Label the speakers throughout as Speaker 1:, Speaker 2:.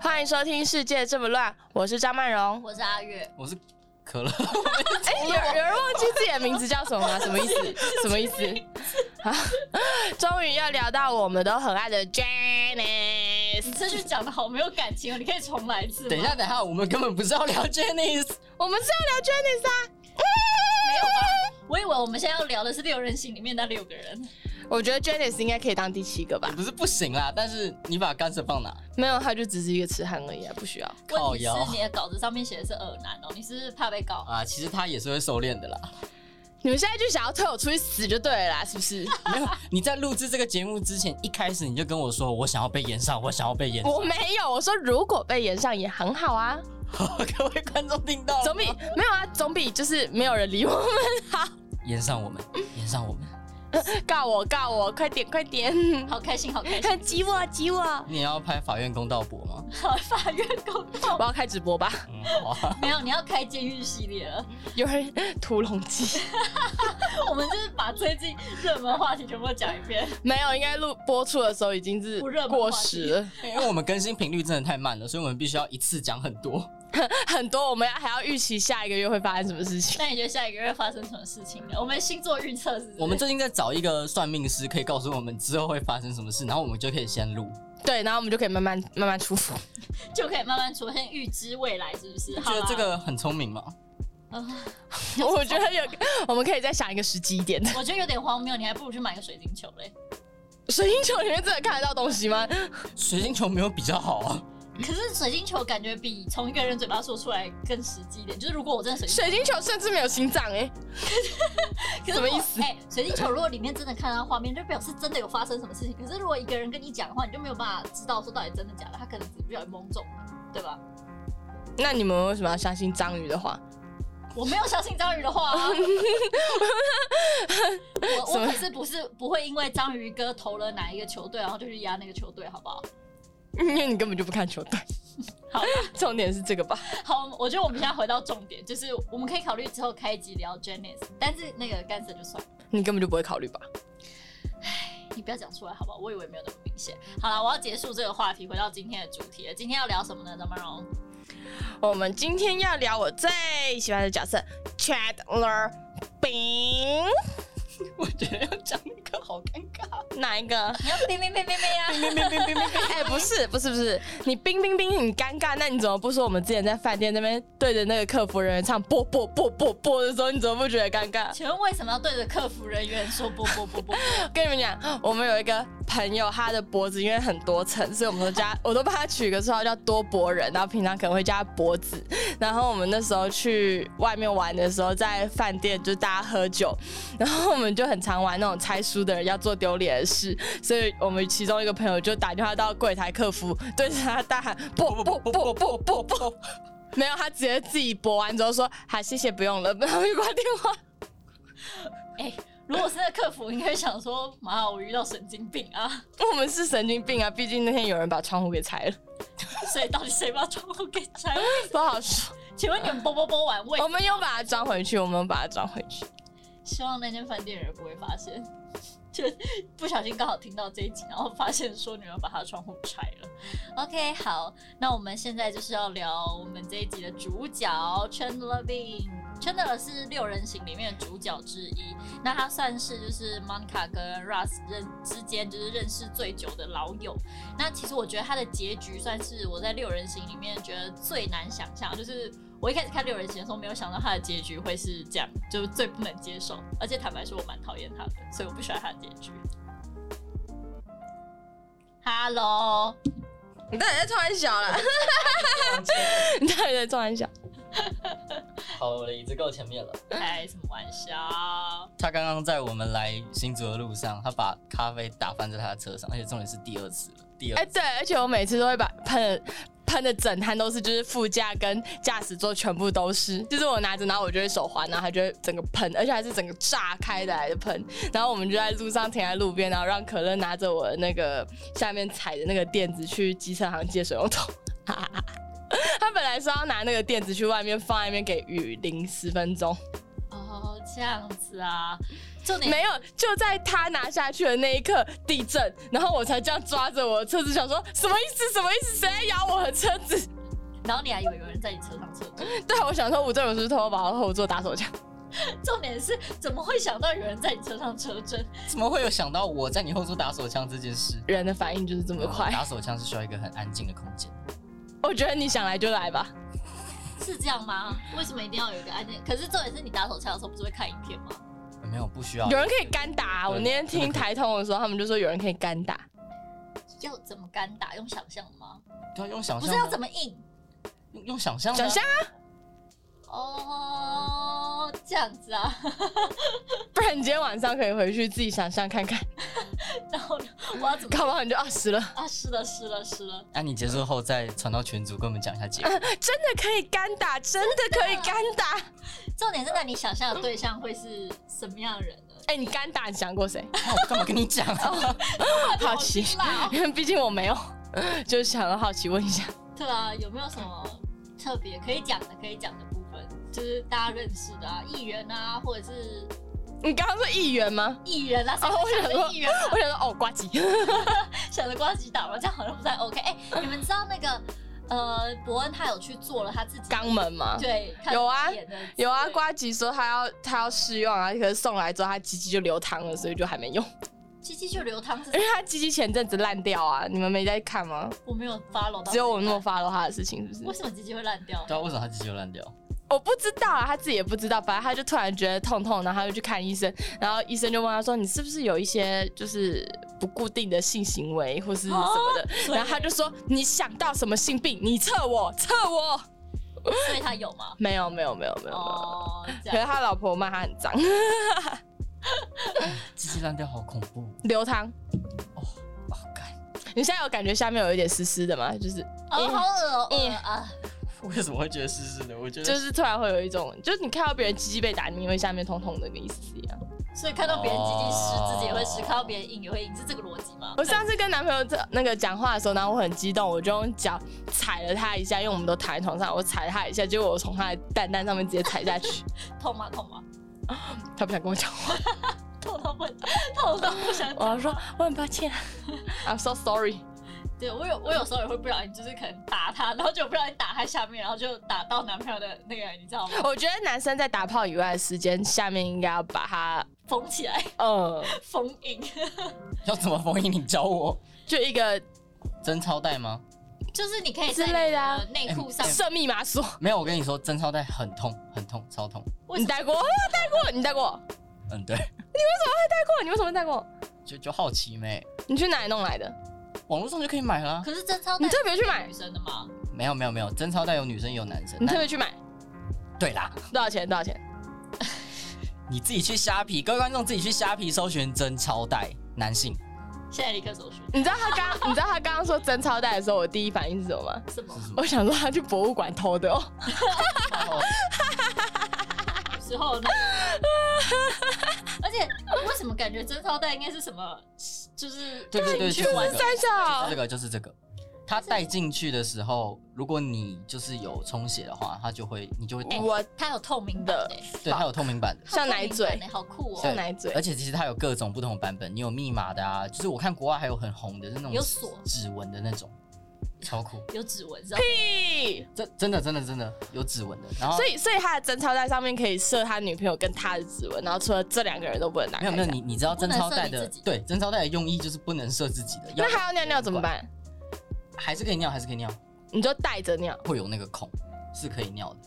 Speaker 1: 欢迎收听《世界这么乱》，我是张曼荣。
Speaker 2: 我是阿月，
Speaker 3: 我是可乐，
Speaker 1: 哎、有有人忘记自己的名字叫什 么吗？什么意思？什么意思？啊， 终于要聊到我们都很爱的 Janice。
Speaker 2: 你这句讲的好没有感情哦，你可以重来一次吗
Speaker 3: 等一下，等一下，我们根本不是要聊 Jenny，
Speaker 1: 我们是要聊 Janice 啊。
Speaker 2: 没有吧？我以为我们现在要聊的是六人行里面那六个人，
Speaker 1: 我觉得 Janice 应该可以当第七个吧？
Speaker 3: 不是不行啦。但是你把干涉放哪？
Speaker 1: 没有，他就只是一个痴汉而已啊，不需要。
Speaker 2: 问
Speaker 3: 靠
Speaker 2: 题
Speaker 3: 腰
Speaker 2: 是你的稿子上面写的是耳男哦，你是不是怕被告？
Speaker 3: 啊，其实他也是会收敛的啦。
Speaker 1: 你们现在就想要推我出去死就对了啦，是不是？
Speaker 3: 没有，你在录制这个节目之前，一开始你就跟我说，我想要被延上，我想要被延 上。
Speaker 1: 我没有，我说如果被延上也很好啊，
Speaker 3: 各位观众听到了吗
Speaker 1: 总比没有啊，总比就是没有人理我们 好。
Speaker 3: 延上我们，延上我们，
Speaker 1: 告我告我，快点快点！
Speaker 2: 好开心，好开心！
Speaker 1: 挤我挤我！
Speaker 3: 你也要拍法院公道博吗？
Speaker 2: 好法院公道
Speaker 1: 我要开直播吧？
Speaker 3: 嗯，好啊。
Speaker 2: 没有，你要开监狱系列了。
Speaker 1: 有人屠龙记
Speaker 2: 我们就是把最近热门话题全部讲一遍。
Speaker 1: 没有？应该录播出的时候已经是
Speaker 2: 不热门
Speaker 1: 过时了，
Speaker 3: 因为我们更新频率真的太慢了，所以我们必须要一次讲很多。
Speaker 1: 很多我们要还要预期下一个月会发生什么事 情。
Speaker 2: 那你觉得下一个月发生什么事情呢？我们星座预测是不是
Speaker 3: 我们最近在找一个算命师，可以告诉我们之后会发生什么事，然后我们就可以先录。
Speaker 1: 对，然后我们就可以慢慢慢慢出 伏。
Speaker 2: 就可以慢慢出现预知未来，是不是？
Speaker 3: 觉
Speaker 2: 好
Speaker 3: 得
Speaker 2: 啦
Speaker 3: 这个很聪明吗？
Speaker 2: 呃
Speaker 1: 我觉得有，我们可以再想一个时机一点的。
Speaker 2: 我觉得有点荒谬，你还不如去买个水晶球嘞。
Speaker 1: 水晶球里面真的看得到东西吗？
Speaker 3: 水晶球没有比较好啊。
Speaker 2: 可是水晶球感觉比从一个人嘴巴说出来更实际一点。 就是如果我真的水晶，
Speaker 1: 水晶球甚至没有心脏哎、
Speaker 2: 可是
Speaker 1: 什
Speaker 2: 如
Speaker 1: 么
Speaker 2: 果
Speaker 1: 意思
Speaker 2: 哎、水晶球如果里面真的看到画面，就表示真的有发生什么事情。可是如果一个人跟你讲的话，你就没有办法知道说到底真的假的，他可能只是不小心蒙中了，对吧？
Speaker 1: 那你们为什么要相信章鱼的话？
Speaker 2: 我没有相信章鱼的话、啊，我
Speaker 1: 什么
Speaker 2: 我可是不是不会因为章鱼哥投了哪一个球队，然后就去压那个球队，好不好？
Speaker 1: 因为你根本就不看球队。
Speaker 2: 好，
Speaker 1: 重点是这个吧？
Speaker 2: 好，我觉得我们现在回到重点，就是我们可以考虑之后开一集聊 Janice，但是那个干涉就算了，
Speaker 1: 你根本就不会考虑吧？
Speaker 2: 你不要讲出来好不好？我以为没有那么明显。好了，我要结束这个话题，回到今天的主题了。今天要聊什么呢？张曼荣，
Speaker 1: 我们今天要聊我最喜欢的角色 Chandler Bing，
Speaker 3: 我觉得要讲一个好尴尬。
Speaker 1: 哪一个？
Speaker 2: 你要冰冰冰冰冰呀！
Speaker 1: 哎、不是，不是，不是，你冰冰冰很尴尬，那你怎么不说我们之前在饭店那边对着那个客服人员唱啵啵啵啵啵的时候，你怎么不觉得尴尬？
Speaker 2: 请问为什么要对着客服人员说不不不不？
Speaker 1: 跟你们讲，我们有一个朋友，他的脖子因为很多层，所以我们都叫他 我都帮他取一个绰号叫多脖人，然后平常可能会叫他脖子。然后我们那时候去外面玩的时候，在饭店就大家喝酒，然后我们就很常玩那种猜输的人要做丢脸的事，所以我们其中一个朋友就打电话到柜台客服，对着他大喊不不不不不不不，没有，他直接自己拨完之后说好谢谢不用了，然后就挂电话。
Speaker 2: 哎、如果是那客服，应该想说，妈，我遇到神经病啊！
Speaker 1: 我们是神经病啊，毕竟那天有人把窗户给拆了。
Speaker 2: 所以到底谁把窗户给拆？
Speaker 1: 不好说。
Speaker 2: 请问你们波波波完位
Speaker 1: 我？们又把它装回去，我们又把它装回去。
Speaker 2: 希望那间饭店人不会发现， 就不小心刚好听到这一集，然后发现说你们把他的窗户拆了。OK，好，那我们现在就是要聊我们这一集的主角 Chandler Bing。Chandler 是六人行里面的主角之一，那他算是就是 Monica 跟 Russ 认之间就是认识最久的老友。那其实我觉得他的结局算是我在六人行里面觉得最难想象，就是我一开始看六人行的时候，没有想到他的结局会是这样，就是最不能接受。而且坦白说，我蛮讨厌他的，所以我不喜欢他的结局。Hello，
Speaker 1: 你到底在装小了？ 你到底在装小？
Speaker 3: 好，我的椅子够前面了。
Speaker 2: 开什么玩笑？
Speaker 3: 他刚刚在我们来新竹的路上，他把咖啡打翻在他的车上，而且重点是第二次了，第 二
Speaker 1: 哎、对，而且我每次都会把喷喷的整摊都是，就是副驾跟驾驶座全部都是，就是我拿着，然后我就会手滑，然后它就会整个喷，而且还是整个炸开的来的喷。然后我们就在路上停在路边，然后让可乐拿着我的那个下面踩的那个垫子去机车行借水龙头。 他本来是要拿那个垫子去外面放在那边给雨淋十分钟。
Speaker 2: 哦，这样子啊。重点
Speaker 1: 没有，就在他拿下去的那一刻地震，然后我才这样抓着我的车子，想说什么意思？什么意思？谁在咬我的车子？
Speaker 2: 然后你还以为有人在你车上侧坐，
Speaker 1: 对，啊我想说吴正勇是不是偷偷跑到后座打手枪？
Speaker 2: 重点是怎么会想到有人在你车上车针？
Speaker 3: 哎怎么会有想到我在你后座打手枪这件事？
Speaker 1: 人的反应就是这么快。
Speaker 3: 打手枪是需要一个很安静的空间。
Speaker 1: 我觉得你想来就来吧。
Speaker 2: 是这样吗？为什么一定要有一个按键？可是重点是你打手枪的时候不是会看影片吗？
Speaker 3: 没有，不需要。
Speaker 1: 有人可以干打、
Speaker 3: 对
Speaker 1: 我那天听台通的时候，他们就说有人可以干打。
Speaker 2: 要怎么干打？用想象吗？
Speaker 3: 对啊，用想
Speaker 2: 不
Speaker 3: 象
Speaker 2: 是
Speaker 3: 的啊。
Speaker 2: 要怎么硬？
Speaker 3: 用用想象的啊？
Speaker 1: 想象，
Speaker 2: 哦，这样子啊。
Speaker 1: 不然你今天晚上可以回去自己想象 看看，
Speaker 2: 然后呢我要怎么？
Speaker 1: 搞不好你就二十了。
Speaker 2: 啊，是了，是了，是了。
Speaker 3: 那、啊你结束后再传到群组，跟我们讲一 下结果。
Speaker 1: 真的可以干打，真的可以干打。
Speaker 2: 重点是，那你想象的对象会是什么样的人呢？
Speaker 1: 哎、你干打你想过谁？
Speaker 3: 那我干嘛跟你讲啊？
Speaker 1: 好奇
Speaker 2: 辛辣哦，
Speaker 1: 因为毕竟我没有， 就是想要好奇问一下。
Speaker 2: 对啊，有没有什么特别可以讲的、可以讲的部分？就是大家认识的啊，艺人啊，或者是
Speaker 1: 你刚刚说议员吗？
Speaker 2: 艺人啊，
Speaker 1: 哦
Speaker 2: 谁
Speaker 1: 我想
Speaker 2: 会想着
Speaker 1: 说
Speaker 2: 艺人啊，
Speaker 1: 我想说哦，瓜吉，
Speaker 2: 想着瓜吉打麻将好像不太 OK。哎、你们知道那个呃，伯恩他有去做了他自己
Speaker 1: 肛门吗？
Speaker 2: 对，他
Speaker 1: 有啊
Speaker 2: 演的
Speaker 1: 有啊，
Speaker 2: 对
Speaker 1: 瓜吉说他要他要试用啊，可是送来之后他鸡鸡就流汤了，所以就还没用。
Speaker 2: 鸡鸡就流汤是
Speaker 1: 因，为他鸡鸡前阵子烂掉啊，你们没在看吗？
Speaker 2: 我没有 follow 到，
Speaker 1: 只有我那么。发了他的事情，是不
Speaker 2: 哎为
Speaker 1: 是？
Speaker 2: 什么鸡鸡会烂 掉？
Speaker 3: 对啊，为什么他自己就烂 掉？
Speaker 1: 我不知道啊，他自己也不知道，反正他就突然觉得痛痛，然后他就去看医生，然后医生就问他说：“你是不是有一些就是不固定的性行为或是什么的？”
Speaker 2: 哦所以
Speaker 1: 然后他就说：“你想到什么性病？你测我，测我。
Speaker 2: 所以他有 吗”？
Speaker 1: 没有，没有，没有，没有，没有。
Speaker 2: 哦，这
Speaker 1: 可是
Speaker 2: 样
Speaker 1: 他老婆骂他很脏，
Speaker 3: 自己烂掉好恐怖
Speaker 1: 流汤。
Speaker 3: 哦！哇，干，
Speaker 1: 你现在有感觉下面有一点湿湿的吗？就是
Speaker 2: 哦，好恶哦
Speaker 1: 嗯
Speaker 2: 恶啊！
Speaker 3: 为什么会觉得湿湿的？我觉得
Speaker 1: 就是突然会有一种，就是你看到别人鸡鸡被打，你因为下面痛痛的，跟意思是一样。
Speaker 2: 所以看到别人鸡鸡湿，
Speaker 3: 哦
Speaker 2: 自己也会湿；看到别人硬也会硬，是这个逻辑吗？
Speaker 1: 我上次跟男朋友在那个讲话的时候，然后我很激动，我就用脚踩了他一下，因为我们都躺在床上，我踩了他一下，结果我从他的蛋蛋上面直接踩下去，
Speaker 2: 痛吗？痛吗？
Speaker 1: 他不想跟我讲话，
Speaker 2: 痛到不， 痛到不想
Speaker 1: 我
Speaker 2: 讲。
Speaker 1: 说我很抱歉，I'm so sorry。
Speaker 2: 对我有我有时候也会不小心，就是可能打他，然后就不小心打他下面，然后就打到男朋友的那个，你知道吗？
Speaker 1: 我觉得男生在打炮以外的时间，下面应该要把他，
Speaker 2: 缝起来，
Speaker 1: 呃，
Speaker 2: 封印。
Speaker 3: 要怎么封印？你教我
Speaker 1: 就一个
Speaker 3: 真超带吗？
Speaker 2: 就是你可以
Speaker 1: 之类的啊
Speaker 2: 在你内裤上，
Speaker 1: 射密码锁。
Speaker 3: 没有，我跟你说，真超带很痛，很痛，超痛。
Speaker 2: 为
Speaker 1: 你
Speaker 2: 什么
Speaker 1: 戴过？戴过？你戴过？
Speaker 3: 嗯，对，
Speaker 1: 戴过？你为什么戴过？
Speaker 3: 就就好奇没，
Speaker 1: 你去哪里弄来的？
Speaker 3: 网络上就可以买啦。
Speaker 2: 可是贞操带
Speaker 1: 你特别去买
Speaker 2: 女生的吗？
Speaker 3: 没有没有没有，真超带有女生也有男生。
Speaker 1: 你特
Speaker 3: 那
Speaker 1: 别去买
Speaker 3: 对啦，
Speaker 1: 多少钱？多少钱？
Speaker 3: 你自己去虾皮，各位观众自己去虾皮搜寻真超带男 性
Speaker 2: 现在立刻手术。
Speaker 1: 你知道他刚你知道他刚刚说真超带的时候，我第一反应是什么吗？
Speaker 2: 什么
Speaker 3: 是什么？
Speaker 1: 我想说他去博物馆偷的哦。
Speaker 3: 哦
Speaker 2: 时候呢？而且为什么感觉贞操带应该是什么？就是
Speaker 3: 对对对，
Speaker 2: 进去
Speaker 3: 就是
Speaker 2: 玩
Speaker 3: 这个，
Speaker 1: 三小
Speaker 3: 这个就是这个。它带进去的时候，如果你就是有充血的话，它就会你就会痛。
Speaker 1: 我
Speaker 2: 它有透明版的欸，
Speaker 3: 对，它有透明版的。
Speaker 1: 像奶嘴
Speaker 2: 它有透明版的欸好酷
Speaker 1: 像
Speaker 2: 哦，
Speaker 1: 奶嘴
Speaker 3: 而，且其实它有各种不同的版本，你有密码的啊，就是我看国外还有很红的，就是那种
Speaker 2: 有锁
Speaker 3: 指纹的那种，超酷。
Speaker 2: 有指纹，知道
Speaker 1: 屁
Speaker 3: 真真的真的真的有指纹的，然后
Speaker 1: 所以所以他的贞操带上面可以设他女朋友跟他的指纹，然后除了这两个人都不能拿
Speaker 3: 没有
Speaker 1: 开
Speaker 3: 没有
Speaker 1: 它
Speaker 3: 你你知道真超带
Speaker 2: 不能射
Speaker 3: 的
Speaker 2: 你自己
Speaker 3: 对真超带的用意就是不能射自己的，要
Speaker 1: 那还要尿尿怎么办？
Speaker 3: 还是可以尿还是可以尿，
Speaker 1: 你就带着尿。
Speaker 3: 会有那个孔是可以尿的，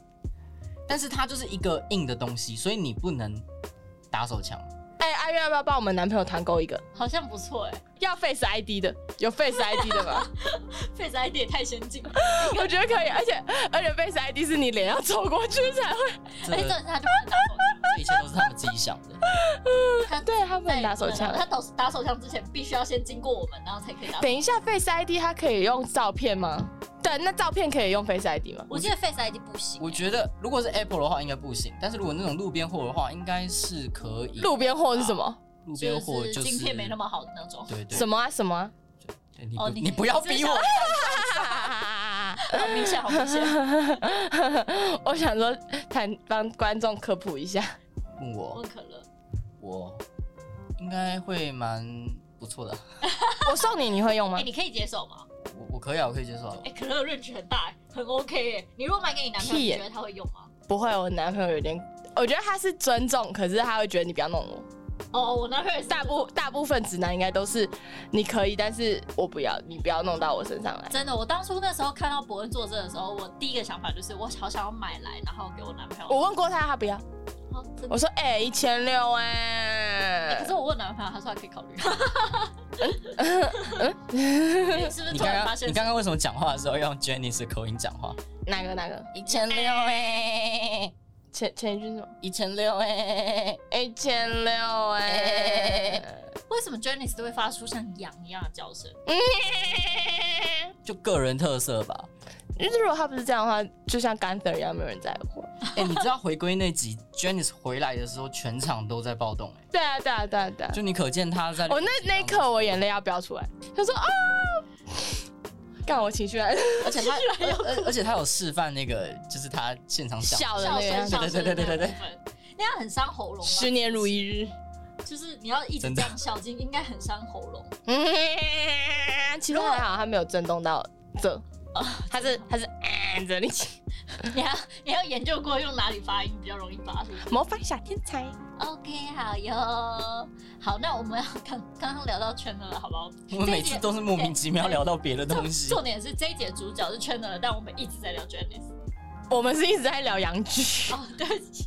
Speaker 3: 但是它就是一个硬的东西，所以你不能打手枪。
Speaker 1: 哎，阿月要不要帮我们男朋友团购一个？
Speaker 2: 好像不错哎，
Speaker 1: 要 Face ID 的，有 Face ID 的吗？
Speaker 2: 费子 ID 也太先进了，
Speaker 1: 我觉得可以，而且而且 Face ID 是你脸要走过去才会。
Speaker 3: 这
Speaker 2: 哎而且重
Speaker 3: 这
Speaker 2: 点是它就不能打手枪
Speaker 3: 一切都是他们自己想的，
Speaker 2: 它
Speaker 1: 对他不能打手枪
Speaker 2: 它打打手枪之前必须要先经过我们，然后才可以打手枪。
Speaker 1: 等一下，Face ID 它可以用照片吗？对，那照片可以用 Face ID 吗？
Speaker 2: 我记得 Face ID 不行欸，
Speaker 3: 我觉得如果是 Apple 的话应该不行，但是如果那种路边货的话应该是可以。
Speaker 1: 路边货是什么？
Speaker 3: 路边货
Speaker 2: 就是
Speaker 3: 就是
Speaker 2: 晶片没那么好的那种。
Speaker 3: 对对，
Speaker 1: 什么啊什么啊？
Speaker 3: 对你
Speaker 2: 哦
Speaker 3: 不
Speaker 2: 你
Speaker 3: 你不要逼我，
Speaker 2: 好明显，啊好 明显。
Speaker 1: 我想说，谈帮观众科普一下，
Speaker 3: 嗯问我
Speaker 2: 问 可乐，
Speaker 3: 我应该会蛮不错的啊，
Speaker 1: 我送你，你会用吗
Speaker 2: 哎、？你可以接受吗？
Speaker 3: 我我可以啊，我可以接受啊
Speaker 2: 哎、。可乐 range 很大、很 OK 哎、你如果买给你男朋友，
Speaker 1: 屁
Speaker 2: 你
Speaker 1: 耶
Speaker 2: 觉得他会用吗？
Speaker 1: 不会，我男朋友有点，我觉得他是尊重，可是他会觉得你不要弄我。
Speaker 2: 哦，我男朋友也是
Speaker 1: 大部大部分直男应该都是你可以，但是我不要，你不要弄到我身上来。
Speaker 2: 真的，我当初那时候看到伯恩作证的时候，我第一个想法就是我好想要买来，然后给我男朋友。
Speaker 1: 我问过他，他不要。
Speaker 2: 哦真的
Speaker 1: 我说，哎、一千六哎
Speaker 2: 欸可是我问男朋友，他说还可以考虑。欸是不是
Speaker 3: 你
Speaker 2: 突
Speaker 3: 刚
Speaker 2: 然
Speaker 3: 刚
Speaker 2: 发现
Speaker 3: 你刚刚为什么讲话的时候用 Jenny 的口音讲话？
Speaker 1: 哪个哪个？
Speaker 3: 一千六哎，
Speaker 1: 前前一句是什么？
Speaker 3: 一千六哎，
Speaker 1: 一千六哎，
Speaker 2: 为什么 Jenny 都会发出像羊一样的叫声？
Speaker 1: 哎
Speaker 3: 就个人特色吧。
Speaker 1: 因为如果他不是这样的话，就像 Gunther 一样，没有人在乎。
Speaker 3: 哎、你知道回归那集 Jenny 回来的时候，全场都在暴动哎、
Speaker 1: 对啊，对啊，对啊，对啊。
Speaker 3: 就你可见她在
Speaker 2: 哦
Speaker 1: 我那那一刻，我眼泪要飙出来，他说啊， 干我情绪来了，
Speaker 3: 而且她而呃而而且她有示范那个，就是她现场讲
Speaker 1: 笑的
Speaker 2: 笑
Speaker 1: 那
Speaker 2: 声，
Speaker 1: 个。
Speaker 2: 笑声的
Speaker 3: 对对对对对
Speaker 2: 部分，那样很伤喉咙吧。啊
Speaker 1: 十年如一日，
Speaker 2: 就是你要一直
Speaker 3: 真
Speaker 2: 这
Speaker 3: 的
Speaker 2: 样笑进，应该很伤喉咙。
Speaker 1: 嗯， 其实还好，他没有震动到这，他是他是按着力气，
Speaker 2: 你还要你还要研究过用哪里发音比较容易发出。
Speaker 1: 模仿小天才。
Speaker 2: OK，好哟。好，那我们要刚刚刚聊到圈了，好不好？
Speaker 3: 我们每次都是莫名其妙聊到别的东西。
Speaker 2: 重点是这一节主角是圈了，但我们一直在聊 Janice。
Speaker 1: 我们是一直在聊洋剧，
Speaker 2: 哦，对不起。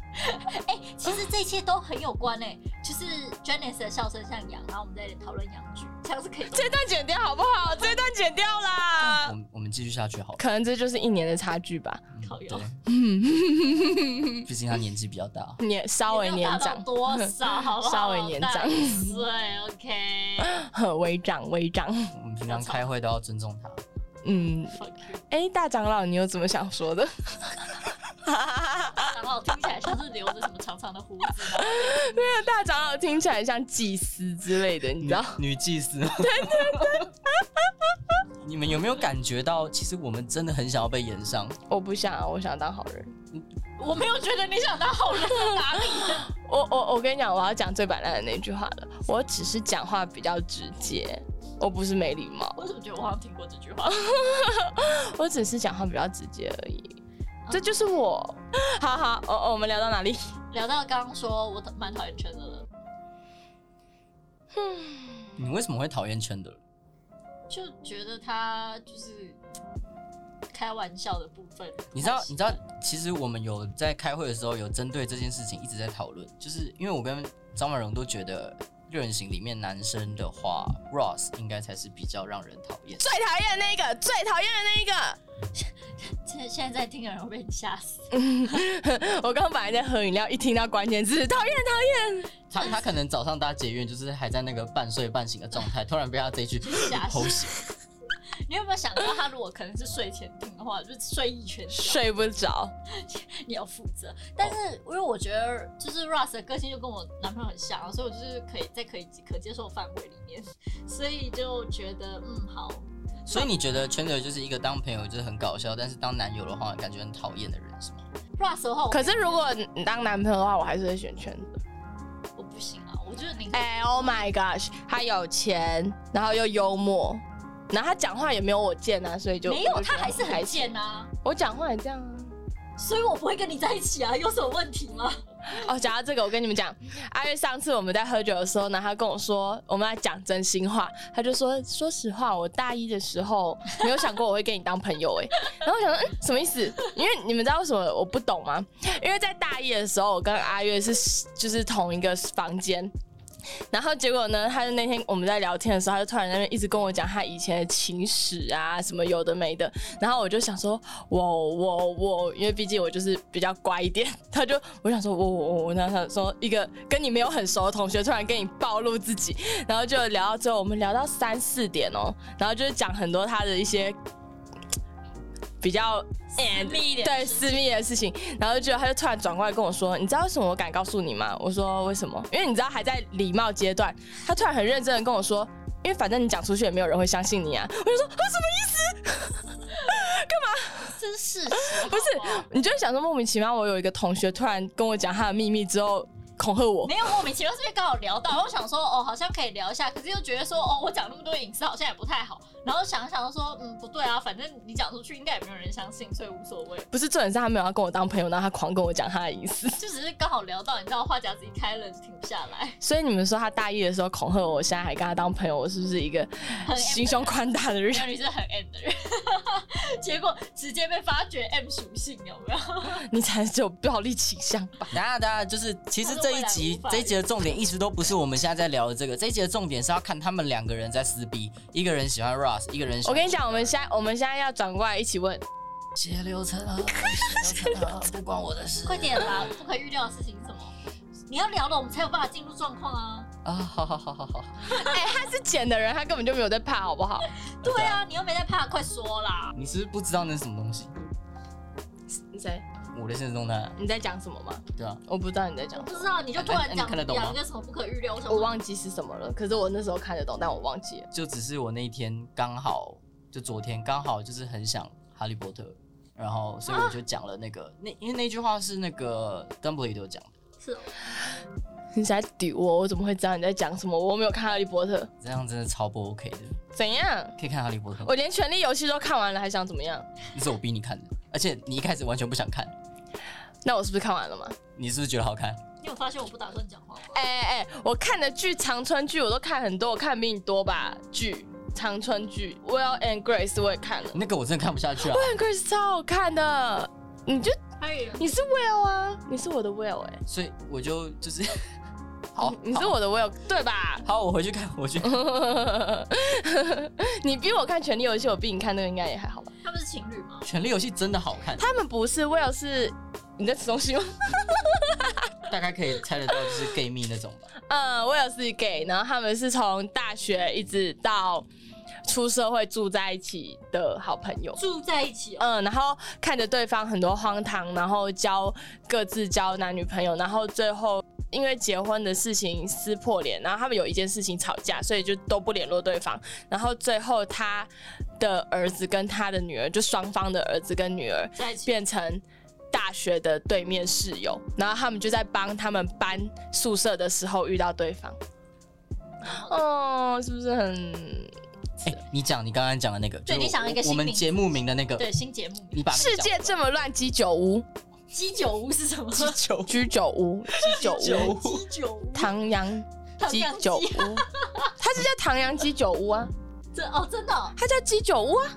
Speaker 2: 哎、其实这一切都很有关哎、就是 Janice 的笑声像羊，然后我们在讨论羊剧，这样是可以。
Speaker 1: 这段剪掉好不好？这段剪掉
Speaker 3: 我
Speaker 1: 啦。
Speaker 3: 们我们继续下去好了。
Speaker 1: 可能这就是一年的差距吧，
Speaker 3: 嗯
Speaker 2: 靠腰
Speaker 3: 对， 毕竟她年纪比较大。
Speaker 1: 年稍微年
Speaker 2: 也没有大
Speaker 1: 长
Speaker 2: 到，多少？好不好？
Speaker 1: 稍微年长
Speaker 2: 大一岁，OK。
Speaker 1: 微长微长。
Speaker 3: 我们平常开会都要尊重她。
Speaker 1: 嗯，
Speaker 2: Fuck you
Speaker 1: 哎、大长老，你有怎么想说的？
Speaker 2: 然后听起来像是留着什么长长的胡子， 然后
Speaker 1: 大长老听起来像祭司之类的，你知道？
Speaker 3: 女女祭司。 你们有没有感觉到，其实我们真的很想要被延上？
Speaker 1: 我不想啊，我想当好人。
Speaker 2: 我没有觉得你想当好人在哪里。
Speaker 1: 我我我跟你讲，我要讲最摆烂的那句话了。我只是讲话比较直接，我不是没礼貌，
Speaker 2: 我怎么觉得我好像听过这句话？
Speaker 1: 我只是讲话比较直接而已。这就是我。 好好，哦哦，我们聊到哪里？
Speaker 2: 聊到刚刚说我蛮讨厌圈的了，
Speaker 3: 你为什么会讨厌圈的？
Speaker 2: 就觉得他就是开玩笑的部分。
Speaker 3: 你知道，你知道，其实我们有在开会的时候有针对这件事情一直在讨论，就是因为我跟张婉容都觉得六人行里面男生的话，Ross 应该才是比较让人讨厌。
Speaker 1: 最讨厌的那个，最讨厌的
Speaker 2: 现现在在听的人会被你吓 死。
Speaker 1: 那 个。我刚刚本来在喝饮料，一听到关键字，讨厌讨厌。
Speaker 3: 他他可能早上搭捷运就是还在那个半睡半醒的状态，突然被他这一句
Speaker 2: 吓死
Speaker 3: 吼醒。
Speaker 2: 你有没有想到，他如果可能是睡前听的话，就是睡意全消，
Speaker 1: 睡不着，
Speaker 2: 你要负责。但是因为我觉得，就是 Russ 的个性就跟我男朋友很像，啊所以我就是可以在可以可接受的范围里面，所以就觉得嗯好。
Speaker 3: 所以你觉得圈的就是一个当朋友就是很搞笑，但是当男友的话感觉很讨厌的人 是吗？
Speaker 2: Russ 的话我，
Speaker 1: 可是如果你当男朋友的话，我还是会选圈子。
Speaker 2: 我不行啊，我觉得你可以
Speaker 1: 哎、o h my gosh，他有钱，然后又幽默，然后他讲话也没有我贱啊，所以就
Speaker 2: 没有，
Speaker 1: 我就觉
Speaker 2: 他
Speaker 1: 得
Speaker 2: 还是很
Speaker 1: 开心
Speaker 2: 贱啊，
Speaker 1: 我讲话也这样啊。
Speaker 2: 所以我不会跟你在一起啊，有什么问题吗？
Speaker 1: 哦，讲到这个，我跟你们讲，阿月上次我们在喝酒的时候呢，他跟我说我们在讲真心话，他就说说实话，我大一的时候没有想过我会跟你当朋友哎、然后我想说、嗯、什么意思？因为你们知道为什么我不懂吗？因为在大一的时候，我跟阿月是就是同一个房间。然后结果呢？他就那天我们在聊天的时候，他就突然在那边一直跟我讲他以前的情史啊，什么有的没的。然后我就想说，我我我，因为毕竟我就是比较乖一点，他就我想说，我我我，然后他说一个跟你没有很熟的同学突然跟你暴露自己，然后就聊到最后，我们聊到三四点哦，然后就是讲很多他的一些比较
Speaker 2: 私密一点
Speaker 1: 对私密的事情，然后就他就突然转过来跟我说，你知道为什么我敢告诉你吗？我说为什么？因为你知道还在礼貌阶段，他突然很认真的跟我说，因为反正你讲出去也没有人会相信你啊，我就说啊什么意思？
Speaker 2: 这是事实，
Speaker 1: 不是
Speaker 2: 好好
Speaker 1: 你就会想说莫名其妙，我有一个同学突然跟我讲他的秘密之后，恐吓我。
Speaker 2: 没有莫名其妙，是因为刚好聊到，然后我想说哦，好像可以聊一下，可是又觉得说哦，我讲那么多隐私好像也不太好，然后想一想说嗯不对啊，反正你讲出去应该也没有人相信，所以无所谓，
Speaker 1: 不是重点是他没有要跟我当朋友，然后他狂跟我讲他的隐私。
Speaker 2: 就只是刚好聊到，你知道话匣子一开了就停不下来，
Speaker 1: 所以你们说他大一的时候恐吓我，我现在还跟他当朋友，我是不是一个
Speaker 2: 很 M
Speaker 1: 心胸宽大的人
Speaker 2: 没？有你是很 M 的人， 结果直接被发掘 M 属性有没有？
Speaker 1: 你才是有暴力倾向吧？
Speaker 3: 等一下，等一下，就是其实这
Speaker 2: 他说未
Speaker 3: 一集
Speaker 2: 来无法
Speaker 3: 这一集的重点一直都不是我们现在在聊的这个，这一集的重点是要看他们两个人在撕逼，一个人喜欢 Ross，一个人喜欢
Speaker 1: 我跟你讲，我们现在我们现在要转过来一起问，
Speaker 3: 血流成河，血流成河，不关我的事。
Speaker 2: 快点啦，不可预料的事情是什么？你要聊了，我们才有办法进入状况啊！
Speaker 3: 啊！好好好好好，
Speaker 1: 哎、他是捡的人，他根本就没有在怕，好不 好？
Speaker 2: 对啊，你又没在怕，快说啦！
Speaker 3: 你是不是不知道那是什么东西？
Speaker 1: 你谁？
Speaker 3: 我的现实中态，啊
Speaker 1: 你在讲什么吗？
Speaker 3: 对啊，
Speaker 1: 我不知道你在讲
Speaker 2: 我
Speaker 1: 什么，
Speaker 2: 不知道，你就突然
Speaker 3: 哎哎
Speaker 2: 讲
Speaker 3: 你看得懂吗
Speaker 2: 讲一个什么不可预料，我想
Speaker 1: 我
Speaker 2: 说
Speaker 1: 忘记是什么了。可是我那时候看得懂，但我忘记了。
Speaker 3: 就只是我那一天刚好，就昨天刚好就是很想哈利波特，然后所以我就讲了那个、那，因为那句话是那个 Dumbledore 讲的，
Speaker 2: 是哦
Speaker 1: 你在怼我，我怎么会知道你在讲什么？我没有看《哈利波特》，
Speaker 3: 这样真的超不 OK 的。
Speaker 1: 怎样？
Speaker 3: 可以看哈利波特吗
Speaker 1: 我，连《权力游戏》都看完了，还想怎么样？
Speaker 3: 那是我逼你看的，而且你一开始完全不想看，
Speaker 1: 那我是不是看完了吗？
Speaker 3: 你是不是觉得好看？
Speaker 2: 你有发现我不打算讲话吗？
Speaker 1: 哎哎哎，我看的剧长春剧我都看很多，我看比你多吧？剧长春剧《Will and Grace》我也看了，《
Speaker 3: 那个我真的看不下去啊！
Speaker 1: Will and Grace》超好看的。你就
Speaker 2: 还有
Speaker 1: 你是 Will 啊，你是我的 Will 哎、
Speaker 3: 所以我就就是好，
Speaker 1: 你是
Speaker 3: 好
Speaker 1: 我的 Will 对吧？
Speaker 3: 好，我回去看，我去看
Speaker 1: 你逼我看《权力游戏》，我逼你看那个应该也还好吧？
Speaker 2: 他们是情侣吗？
Speaker 3: 权力游戏》真的好看，
Speaker 1: 他们不是 Will 是你在吃东 西吗？
Speaker 3: 大概可以猜得到就是 gay 蜜那种吧。
Speaker 1: 嗯，我有是 gay，然后他们是从大学一直到出社会住在一起的好朋友。
Speaker 2: 住在一起哦，
Speaker 1: 嗯，然后看着对方很多荒唐，然后交各自交男女朋友，然后最后因为结婚的事情撕破脸，然后他们有一件事情吵架，所以就都不联络对方，然后最后他的儿子跟他的女儿，就双方的儿子跟女儿
Speaker 2: 在一起
Speaker 1: 变成。大学的对面室友，然后他们就在帮他们搬宿舍的时候遇到对方，哦，是不是很？
Speaker 3: 哎、你讲你刚刚讲的那个，
Speaker 2: 对
Speaker 3: 就是
Speaker 2: 你想一个
Speaker 3: 我
Speaker 2: 新
Speaker 3: 我们
Speaker 2: 名字
Speaker 3: 节目名的那个，
Speaker 2: 对新节目
Speaker 3: 你把那个
Speaker 1: 世界
Speaker 3: 讲出来
Speaker 1: 这么乱，鸡酒屋，
Speaker 2: 鸡酒屋是什么？鸡
Speaker 3: 球
Speaker 1: 居酒屋，鸡酒
Speaker 3: 鸡酒
Speaker 1: 屋
Speaker 3: 屋，
Speaker 2: 酒屋，
Speaker 1: 唐扬鸡酒屋，它是叫唐扬鸡酒屋啊，
Speaker 2: 这哦真的哦
Speaker 1: 它叫鸡酒屋啊。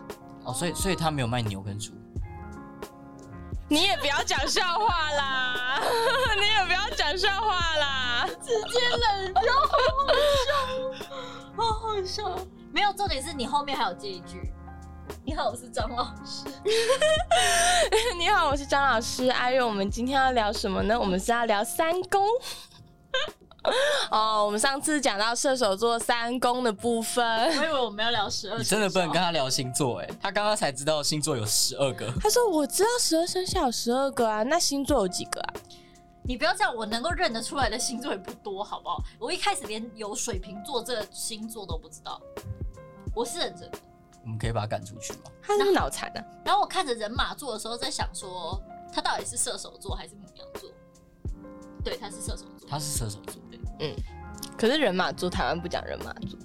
Speaker 3: 哦，所以所以他没有卖牛跟猪，
Speaker 1: 你也不要讲笑话 啦，你也不要讲笑话啦。
Speaker 2: 直接冷掉，好好笑，好好笑。没有重点是你后面还有接一句：“你好，我是张老师。
Speaker 1: 你好，我是张老师。阿月，我们今天要聊什么呢？我们是要聊三 公。哦，我们上次讲到射手座三宫的部”分，
Speaker 2: 我以为我们要聊十二，
Speaker 3: 你真的不能跟他聊星座哎、他刚刚才知道星座有十二个，
Speaker 1: 他说我知道十二生肖有十二个啊，那星座有几个啊？
Speaker 2: 你不要这样，我能够认得出来的星座也不多，好不好？我一开始连有水瓶座这个星座都不知道，我是认真的。
Speaker 3: 我们可以把他赶出去吗？
Speaker 1: 他是不是脑残啊？
Speaker 2: 然后我看着人马座的时候，在想说，他到底是射手座还是母羊座？对，他是射手座，
Speaker 3: 他是射手座，
Speaker 1: 可是人马座台湾不讲人马座，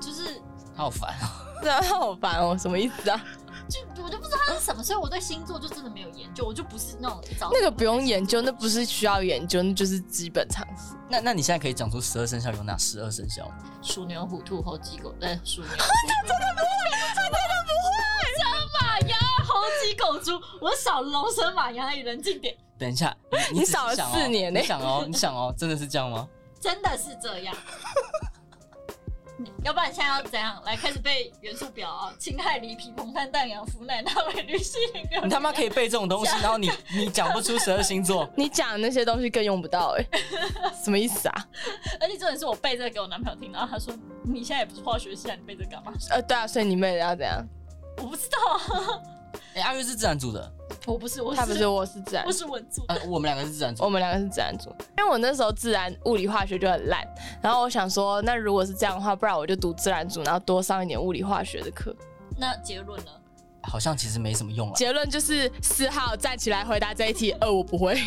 Speaker 2: 就是
Speaker 3: 他好烦哦。
Speaker 1: 这样好烦哦，什么意思啊？
Speaker 2: 就我就不知道他是什么，所以我对星座就真的没有研究，我就不是那种一早
Speaker 1: 那个不用研究，那不是需要研究，那就是基本常识。
Speaker 3: 那那你现在可以讲出十二生肖有哪十二生肖吗？
Speaker 2: 鼠牛虎兔猴鸡狗，呃，鼠牛，他 真的不会，他真的不会，马羊猴鸡狗猪，我少了龙蛇马羊，你冷静点，
Speaker 3: 等一下，你
Speaker 1: 你
Speaker 3: 仔细
Speaker 1: 少了
Speaker 3: 想哦
Speaker 1: 四年呢欸
Speaker 3: 你想哦，你想哦，真的是这样吗？
Speaker 2: 真的是这 样。要不然现在要怎样？来开始背元素表啊！氢氦锂铍硼碳氮氧氟氖钠镁铝锌磷硫。
Speaker 3: 你他妈可以背这种东 西，然后你你讲不出十二星座，
Speaker 1: 你讲那些东西更用不到 哎、什么意思啊？
Speaker 2: 而且重点是我背这个给我男朋友听，然后他说：“你现在也不是化学系啊，你背这个干嘛
Speaker 1: 呃，对啊，所以你妹要怎样？？”
Speaker 2: 我不知道啊，
Speaker 3: 哎、阿月是自然组的，
Speaker 2: 我不是，我
Speaker 1: 她不是，我是自然
Speaker 2: 我，是文组的，
Speaker 3: 呃，我们两个是自然
Speaker 1: 我
Speaker 3: 组，
Speaker 1: 们两个是自然组。因为我那时候自然物理化学就很烂，然后我想说，那如果是这样的话，不然我就读自然组，然后多上一点物理化学的课。
Speaker 2: 那结论呢？
Speaker 3: 好像其实没什么用了。啊
Speaker 1: 结论就是四号站起来回答这一题，呃，我不会。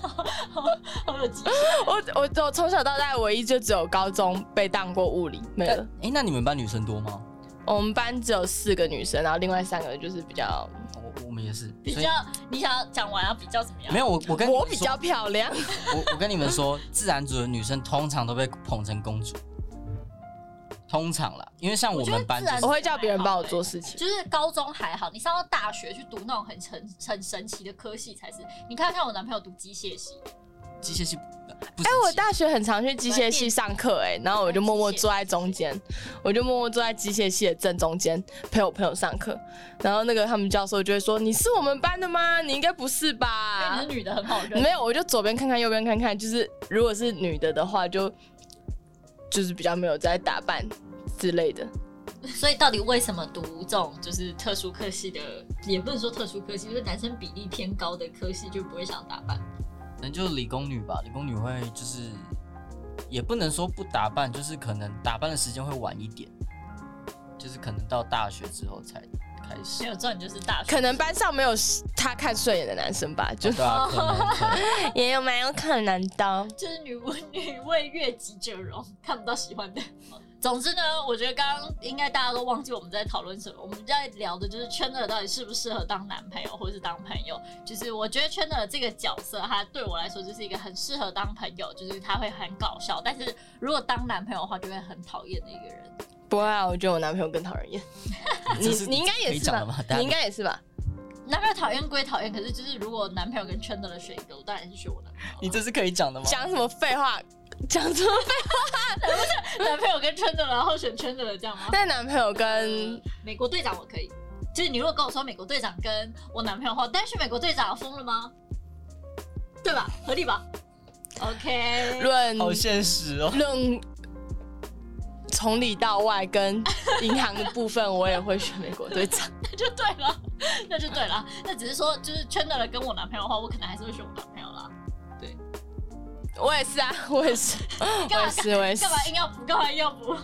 Speaker 2: 好有记忆。
Speaker 1: 我我我从小到大唯一就只有高中被当过物理，没
Speaker 2: 呃
Speaker 1: 了。
Speaker 3: 哎，那你们班女生多吗？
Speaker 1: 我们班只有四个女生，然后另外三个就是比较
Speaker 3: 我我们也是，
Speaker 2: 比
Speaker 3: 所以
Speaker 2: 较，你想要讲完要啊比较怎么样？
Speaker 3: 没有我我跟你们
Speaker 1: 我比
Speaker 3: 说
Speaker 1: 较漂 亮，
Speaker 3: 我我跟你们说，自然组的女生通常都被捧成公主，通常啦，因为像我
Speaker 2: 我觉得
Speaker 3: 们班、
Speaker 2: 自
Speaker 3: 就
Speaker 2: 然
Speaker 3: 是
Speaker 1: 我会叫别人帮我做事情。
Speaker 2: 就是高中还好，你上到大学去读那种很神很神奇的科系才是。你看看我男朋友读机械系，
Speaker 3: 机械系不
Speaker 1: 哎、
Speaker 3: 神
Speaker 1: 我
Speaker 3: 奇
Speaker 1: 大学很常去机械系上课，哎，然后我就默默坐在中间，我就默默坐在机械系的正中间陪我朋友上课，然后那个他们教授就会说：“你是我们班的吗？你应该不是
Speaker 2: 因为
Speaker 1: 吧
Speaker 2: 你是女的很好？”认，
Speaker 1: 没有，我就左边看看，右边看看，就是如果是女的的话，就就是比较没有在打扮之类的。
Speaker 2: 所以到底为什么读这种就是特殊科系的，也不能说特殊科系，就是男生比例偏高的科系就不会想打扮？
Speaker 3: 可能就是理工女吧，理工女会就是也不能说不打扮，就是可能打扮的时间会晚一点，就是可能到大学之后才开始
Speaker 2: 没。有，这种就是大学
Speaker 1: 可能班上没有他看顺眼的男生吧，就
Speaker 3: 哦对啊，可能可能
Speaker 1: 也有蛮有可能的。
Speaker 2: 就是女为 女为悦己者容，看不到喜欢的。总之呢，我觉得刚刚应该大家都忘记我们在讨论什么，我们在聊的就是圈乐到底适不适合当男朋友或者是当朋友。就是我觉得圈乐这个角色，他对我来说就是一个很适合当朋友，就是他会很搞笑，但是如果当男朋友的话，就会很讨厌的一个人。
Speaker 1: 不会啊，我觉得我男朋友更讨人厌。 你
Speaker 3: 这是
Speaker 1: 你应该
Speaker 3: 可
Speaker 1: 也
Speaker 3: 以
Speaker 1: 是
Speaker 3: 讲的
Speaker 1: 吧
Speaker 3: 吗？大？家
Speaker 1: 你应该也是吧？
Speaker 2: 男朋友讨厌归讨厌，可是就是如果男朋友跟圈乐的选一个，我当然是选我男朋友。
Speaker 3: 你这是可以讲的吗？
Speaker 1: 讲什么废话？讲什么？
Speaker 2: 男朋友跟圈乐，然后选圈乐这样吗？
Speaker 1: 但男朋友跟
Speaker 2: 美国队长我可以。就是你如果跟我说美国队长跟我男朋友的话，但是美国队长疯了吗？对吧？合理吧？OK，
Speaker 1: 论
Speaker 3: 好现实哦。
Speaker 1: 论从里到外跟银行的部分，我也会选美国队长。
Speaker 2: 那 就对了， 那就对了。那只是说，就是圈的人跟我男朋友的话，我可能还是会选我男朋友啦。
Speaker 1: 我也是啊，我也是，我
Speaker 2: 干
Speaker 1: 也
Speaker 2: 嘛
Speaker 1: 是，我也是
Speaker 2: 干。嘛硬要补？干嘛硬要补？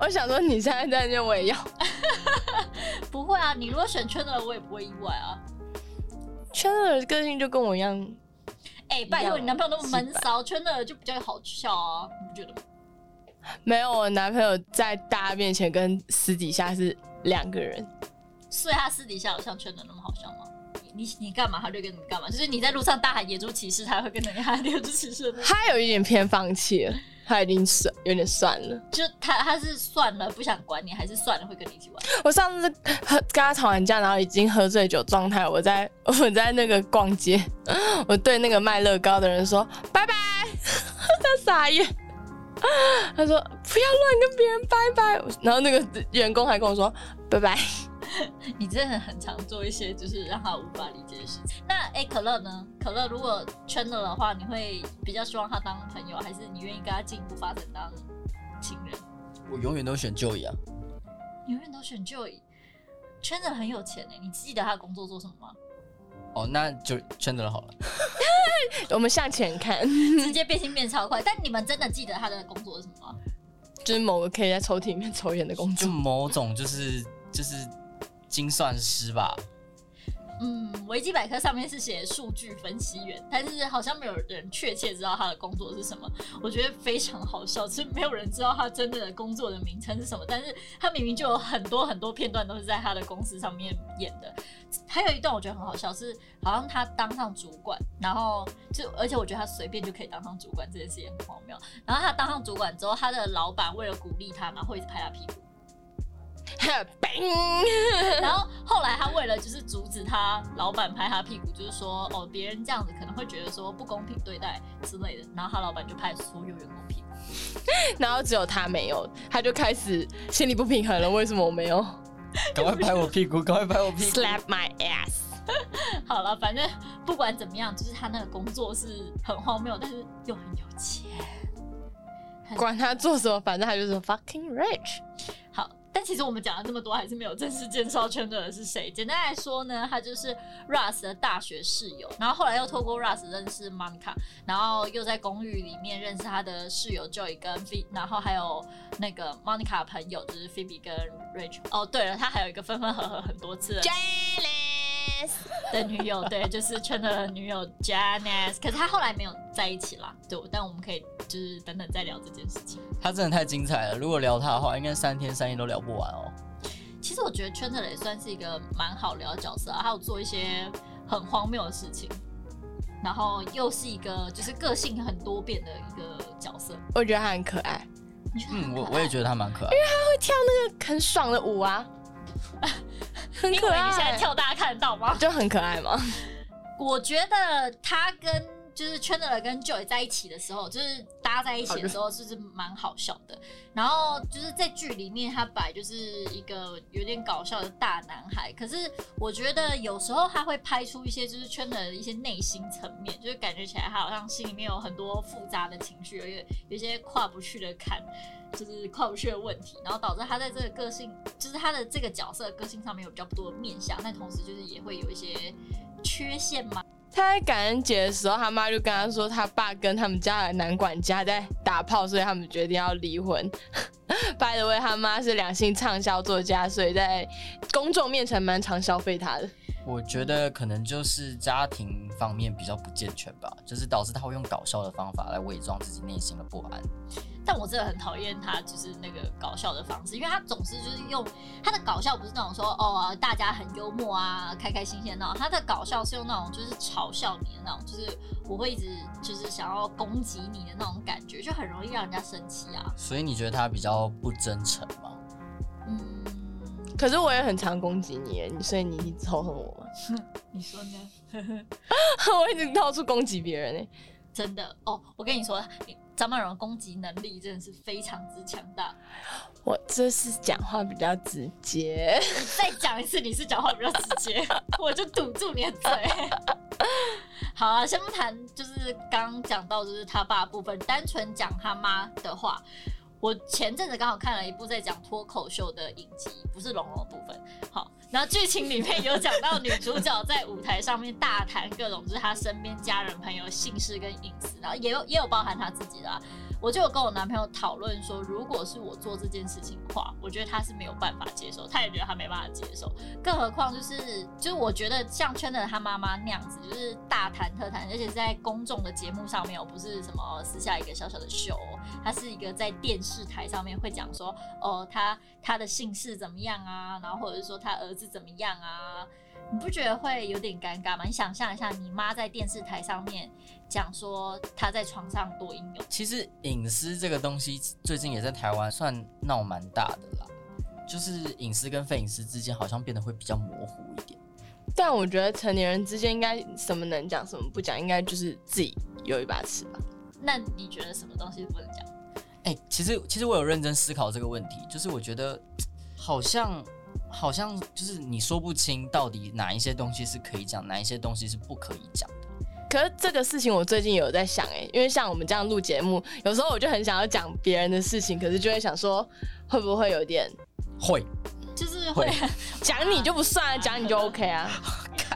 Speaker 1: 我想说，你现在在那边我也要。
Speaker 2: 不会啊，你如果选圈的人，我也不会意外啊。
Speaker 1: 圈的个性就跟我一样，
Speaker 2: 哎、拜
Speaker 1: 一样
Speaker 2: 托，
Speaker 1: 啊
Speaker 2: 你男朋友那么闷骚，圈的人就比较好笑啊，你不觉得吗？
Speaker 1: 没有我男朋友在大家面前跟私底下是两个人。
Speaker 2: 所以他私底下有像圈的那么好笑吗？你你你干嘛，他就跟你干嘛。就是你在路上大喊“野猪骑士”，他会跟着你喊“野猪骑士”的那种。
Speaker 1: 他有一点偏放弃了，他已经算有点算了。
Speaker 2: 就他他是算了不想管你，还是算了会跟你一起玩？
Speaker 1: 我上次和跟他吵完架，然后已经喝醉酒状态，我在我在那个逛街， 我对那个卖乐高的人说拜 拜，他傻眼，他说不要乱跟别人拜拜，然后那个员工还跟我说拜拜，
Speaker 2: 你真的很常做一些就是让他无法理解的事情。那哎、可乐呢？可乐如果圈了的话，你会比较希望他当朋友，还是你愿意跟他进一步发展当情人？
Speaker 3: 我永远都选舅爷啊。
Speaker 2: 永远都选 Joy。圈的很有钱哎、你记得他工作做什么吗？
Speaker 3: 哦，那就圈的了好了。
Speaker 1: 我们向前看，
Speaker 2: 直接变心变超快。但你们真的记得他的工作是什么吗？
Speaker 1: 就是某个可以在抽屉里面抽烟的工
Speaker 3: 就
Speaker 1: 作，
Speaker 3: 某种就是就是精算师吧，
Speaker 2: 嗯，维基百科上面是写数据分析员，但是好像没有人确切知道他的工作是什么。我觉得非常好笑，是没有人知道他真正的工作的名称是什么，但是他明明就有很多很多片段都是在他的公司上面演的。还有一段我觉得很好笑，是好像他当上主管，然后就而且我觉得他随便就可以当上主管这件事也很荒谬。然后他当上主管之后，他的老板为了鼓励他，然后会一直拍他屁股。
Speaker 1: bang
Speaker 2: 然后后来他为了就是阻止他老板拍他屁股，就是说哦别人这样子可能会觉得说不公平对待之类的，然后他老板就拍所有员工屁股。
Speaker 1: 然后只有他没有，他就开始心里不平衡了，为什么我没有
Speaker 3: 赶快拍我屁股，赶快拍我屁股。
Speaker 1: slap my ass？
Speaker 2: 好了，反正不管怎么样，就是他那个工作是很荒谬，但是又很有钱。
Speaker 1: 管他做什么，反正他就是 fucking rich。
Speaker 2: 好，但其实我们讲了这么多，还是没有正式介绍圈的人是谁。简单来说呢，他就是 Russ 的大学室友，然后后来又透过 Russ 认识 Monica，然后又在公寓里面认识他的室友 Joy 跟 Phoe，然后还有那个 Monica 的朋友就是 Phoebe 跟 Rachel。哦，对了，他还有一个分分合合很多次的
Speaker 1: Jealous。
Speaker 2: 的的女友，对，就是 Chen 的女友 Janice，可是他后来没有在一起啦，对，但我们可以就是等等再聊这件事情。
Speaker 3: 他真的太精彩了。如果聊他的话，应该三天三夜都聊不完哦。
Speaker 2: 其实我觉得 Chen 的也算是一个蛮好聊的角色啊，他有做一些很荒谬的事情，然后又是一个就是个性很多变的一个角色。
Speaker 1: 我觉得他很可爱，
Speaker 2: 你觉得
Speaker 3: 嗯，我我也觉得他蛮可爱。
Speaker 1: 会跳那个很爽的舞啊，很
Speaker 2: 因
Speaker 1: 可
Speaker 2: 为
Speaker 1: 爱。
Speaker 2: 你现在跳，大家看得到吗？
Speaker 1: 就很可爱嘛。
Speaker 2: 我觉得他跟就是 Chandler 跟 Joy 在一起的时候，就是搭在一起的时候，就是蛮好笑的。然后就是在剧里面，他本来就是一个有点搞笑的大男孩，可是我觉得有时候他会拍出一些就是 Chandler 的一些内心层面，就是感觉起来他好像心里面有很多复杂的情绪，有有有一些跨不去的坎。就是跨不去的问题，然后导致他在这个个性，就是他的这个角色个性上面有比较多的面相，但同时就是也会有一些缺陷嘛。
Speaker 1: 他在感恩节的时候，他妈就跟他说，他爸跟他们家的男管家在打炮，所以他们决定要离婚。By the way，他妈是两性畅销作家，所以在公众面前蛮常消费他的。
Speaker 3: 我觉得可能就是家庭方面比较不健全吧，就是导致他会用搞笑的方法来伪装自己内心的不安。
Speaker 2: 但我真的很讨厌他，就是那个搞笑的方式，因为他总是就是用他的搞笑不是那种说哦大家很幽默啊，开开心心的那种，他的搞笑是用那种就是嘲笑你的那种，就是我会一直就是想要攻击你的那种感觉，就很容易让人家生气啊。
Speaker 3: 所以你觉得他比较不真诚吗？
Speaker 2: 嗯，
Speaker 1: 可是我也很常攻击你耶，你所以你一直痛恨我吗？
Speaker 2: 你说呢？
Speaker 1: 我一直到处攻击别人哎。
Speaker 2: 真的哦，我跟你说，你张曼荣攻击能力真的是非常之强大。
Speaker 1: 我这是讲话比较直接，
Speaker 2: 你再讲一次，你是讲话比较直接， 我就堵住你的嘴。好啊，先不谈，就是刚讲到就是他爸的部分，单纯讲他妈的话。我前阵子刚好看了一部在讲脱口秀的影集，不是龙龙的部分。好，然后剧情里面有讲到女主角在舞台上面大谈各种，就是她身边家人朋友姓氏跟隐私，然后也有也有包含她自己的、啊。我就有跟我男朋友讨论说，如果是我做这件事情的话，我觉得他是没有办法接受，他也觉得他没办法接受。更何况就是，就是我觉得像圈的他妈妈那样子，就是大谈特谈，而且是在公众的节目上面，我不是什么私下一个小小的秀哦，他是一个在电视台上面会讲说，哦，他他的姓氏怎么样啊，然后或者是说他儿子怎么样啊，你不觉得会有点尴尬吗？你想象一下，你妈在电视台上面讲说她在床上多英勇。
Speaker 3: 其实隐私这个东西最近也在台湾算闹蛮大的啦，就是隐私跟非隐私之间好像变得会比较模糊一点。
Speaker 1: 但我觉得成年人之间应该什么能讲，什么不讲，应该就是自己有一把尺吧。
Speaker 2: 那你觉得什么东西不能讲？
Speaker 3: 哎、其实其实我有认真思考这个问题，就是我觉得好像好像就是你说不清到底哪一些东西是可以讲，哪一些东西是不可以讲。
Speaker 1: 可是这个事情我最近有在想哎、因为像我们这样录节目，有时候我就很想要讲别人的事情，可是就会想说，会不会有点
Speaker 3: 会，
Speaker 2: 就是会
Speaker 1: 讲你就不算了，讲你就 OK 啊？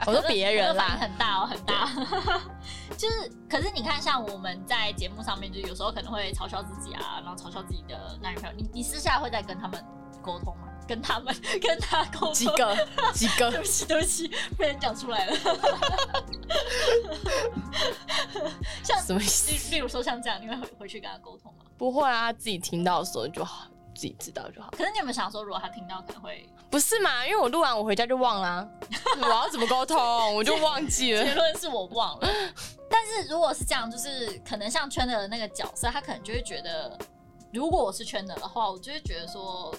Speaker 1: 我说别人
Speaker 2: 反应
Speaker 1: 啦，
Speaker 2: 很大哦，很大。 就是，可是你看，像我们在节目上面，就有时候可能会嘲笑自己啊，然后嘲笑自己的男女朋友。你你私下会再跟他们沟通吗？跟他们 跟他沟
Speaker 1: 几
Speaker 2: 通？
Speaker 1: 个几
Speaker 2: 对
Speaker 1: 个
Speaker 2: 不起，对 不起，被人讲出来了。 像
Speaker 1: 什么意思？
Speaker 2: 例例如说像这样，你会回回去跟他沟通吗？
Speaker 1: 不会啊，自己听到的时候就好，自己知道就好。
Speaker 2: 可是你有没有想说，如果他听到，可能会
Speaker 1: 不是嘛？因为我录完我回家就忘啦、啊我要怎么沟通？我就忘记了
Speaker 2: 结。 论是我忘了。但是如果是这样，就是可能像圈的那个角色，他可能就会觉得，如果我是圈的的话，我就会觉得说，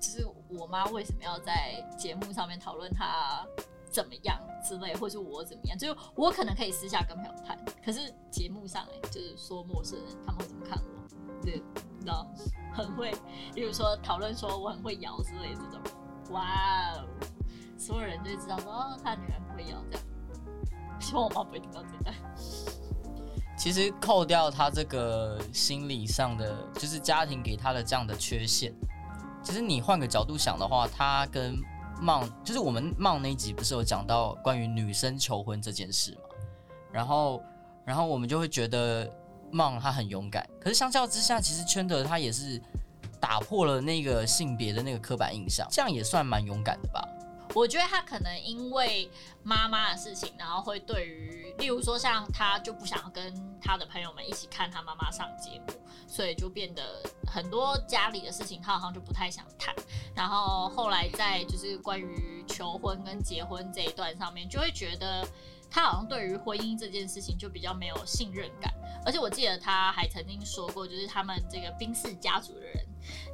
Speaker 2: 就是我妈为什么要在节目上面讨论她怎么样之类，或是我怎么样，就是我可能可以私下跟朋友谈，可是节目上、欸、就是说陌生人他们会怎么看我，对，你知道，很会，例如说讨论说我很会摇之类的这种，哇哦，所有人就会知道说，哦，他女人不会摇这样。 希望我妈不会听到这段。
Speaker 3: 其实扣掉他这个心理上的，就是家庭给他的这样的缺陷，其实你换个角度想的话，他跟梦，就是我们梦那一集不是有讲到关于女生求婚这件事嘛？然后，然后我们就会觉得梦她很勇敢，可是相较之下，其实圈德他也是打破了那个性别的那个刻板印象，这样也算蛮勇敢的吧？
Speaker 2: 我觉得他可能因为妈妈的事情，然后会对于，例如说像他就不想要跟他的朋友们一起看他妈妈上节目，所以就变得很多家里的事情他好像就不太想谈。然后后来在就是关于求婚跟结婚这一段上面，就会觉得他好像对于婚姻这件事情就比较没有信任感。而且我记得他还曾经说过，就是他们这个宾氏家族的人，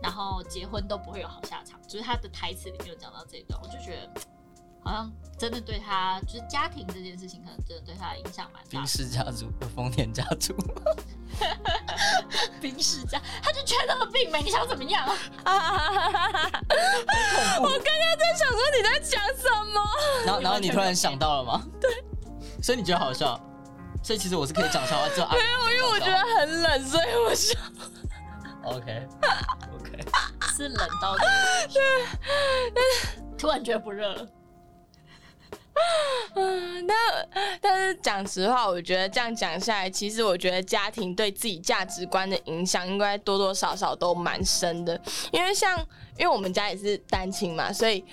Speaker 2: 然后结婚都不会有好下场，就是他的台词里面有讲到这一段，我就觉得。好像真的对他，就是家庭这件事情，可能真的对他的影响蛮大
Speaker 3: 冰。氏家族、丰田家 族，
Speaker 2: 冰室家，啊他就觉得病没，你想怎么样？
Speaker 1: 我刚刚在想说你在讲什么？
Speaker 3: 然后然后你突然想到了吗？对，所以你觉得好笑，所以其实我是可以讲笑话，只 有没有，因为
Speaker 1: 我觉得很冷，所以我想
Speaker 3: OK OK，
Speaker 2: 是冷到突然觉得不热了。
Speaker 1: 嗯，但但是讲实话，我觉得这样讲下来，其实我觉得家庭对自己价值观的影响，应该多多少少都蛮深的。因为像，因为我们家也是单亲嘛，所以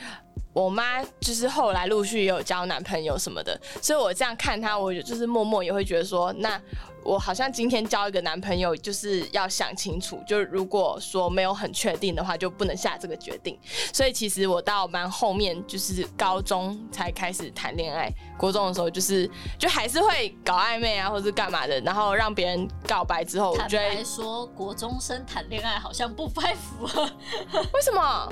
Speaker 1: 我妈就是后来陆续也有交男朋友什么的，所以我这样看她，我就是默默也会觉得说，那我好像今天交一个男朋友，就是要想清楚，就是如果说没有很确定的话，就不能下这个决定。所以其实我到蛮后面，就是高中才开始谈恋爱，国中的时候就是就还是会搞暧昧啊，或是干嘛的，然后让别人告白之后，我
Speaker 2: 坦
Speaker 1: 觉得
Speaker 2: 白说，国中生谈恋爱好像不太符合
Speaker 1: 为什么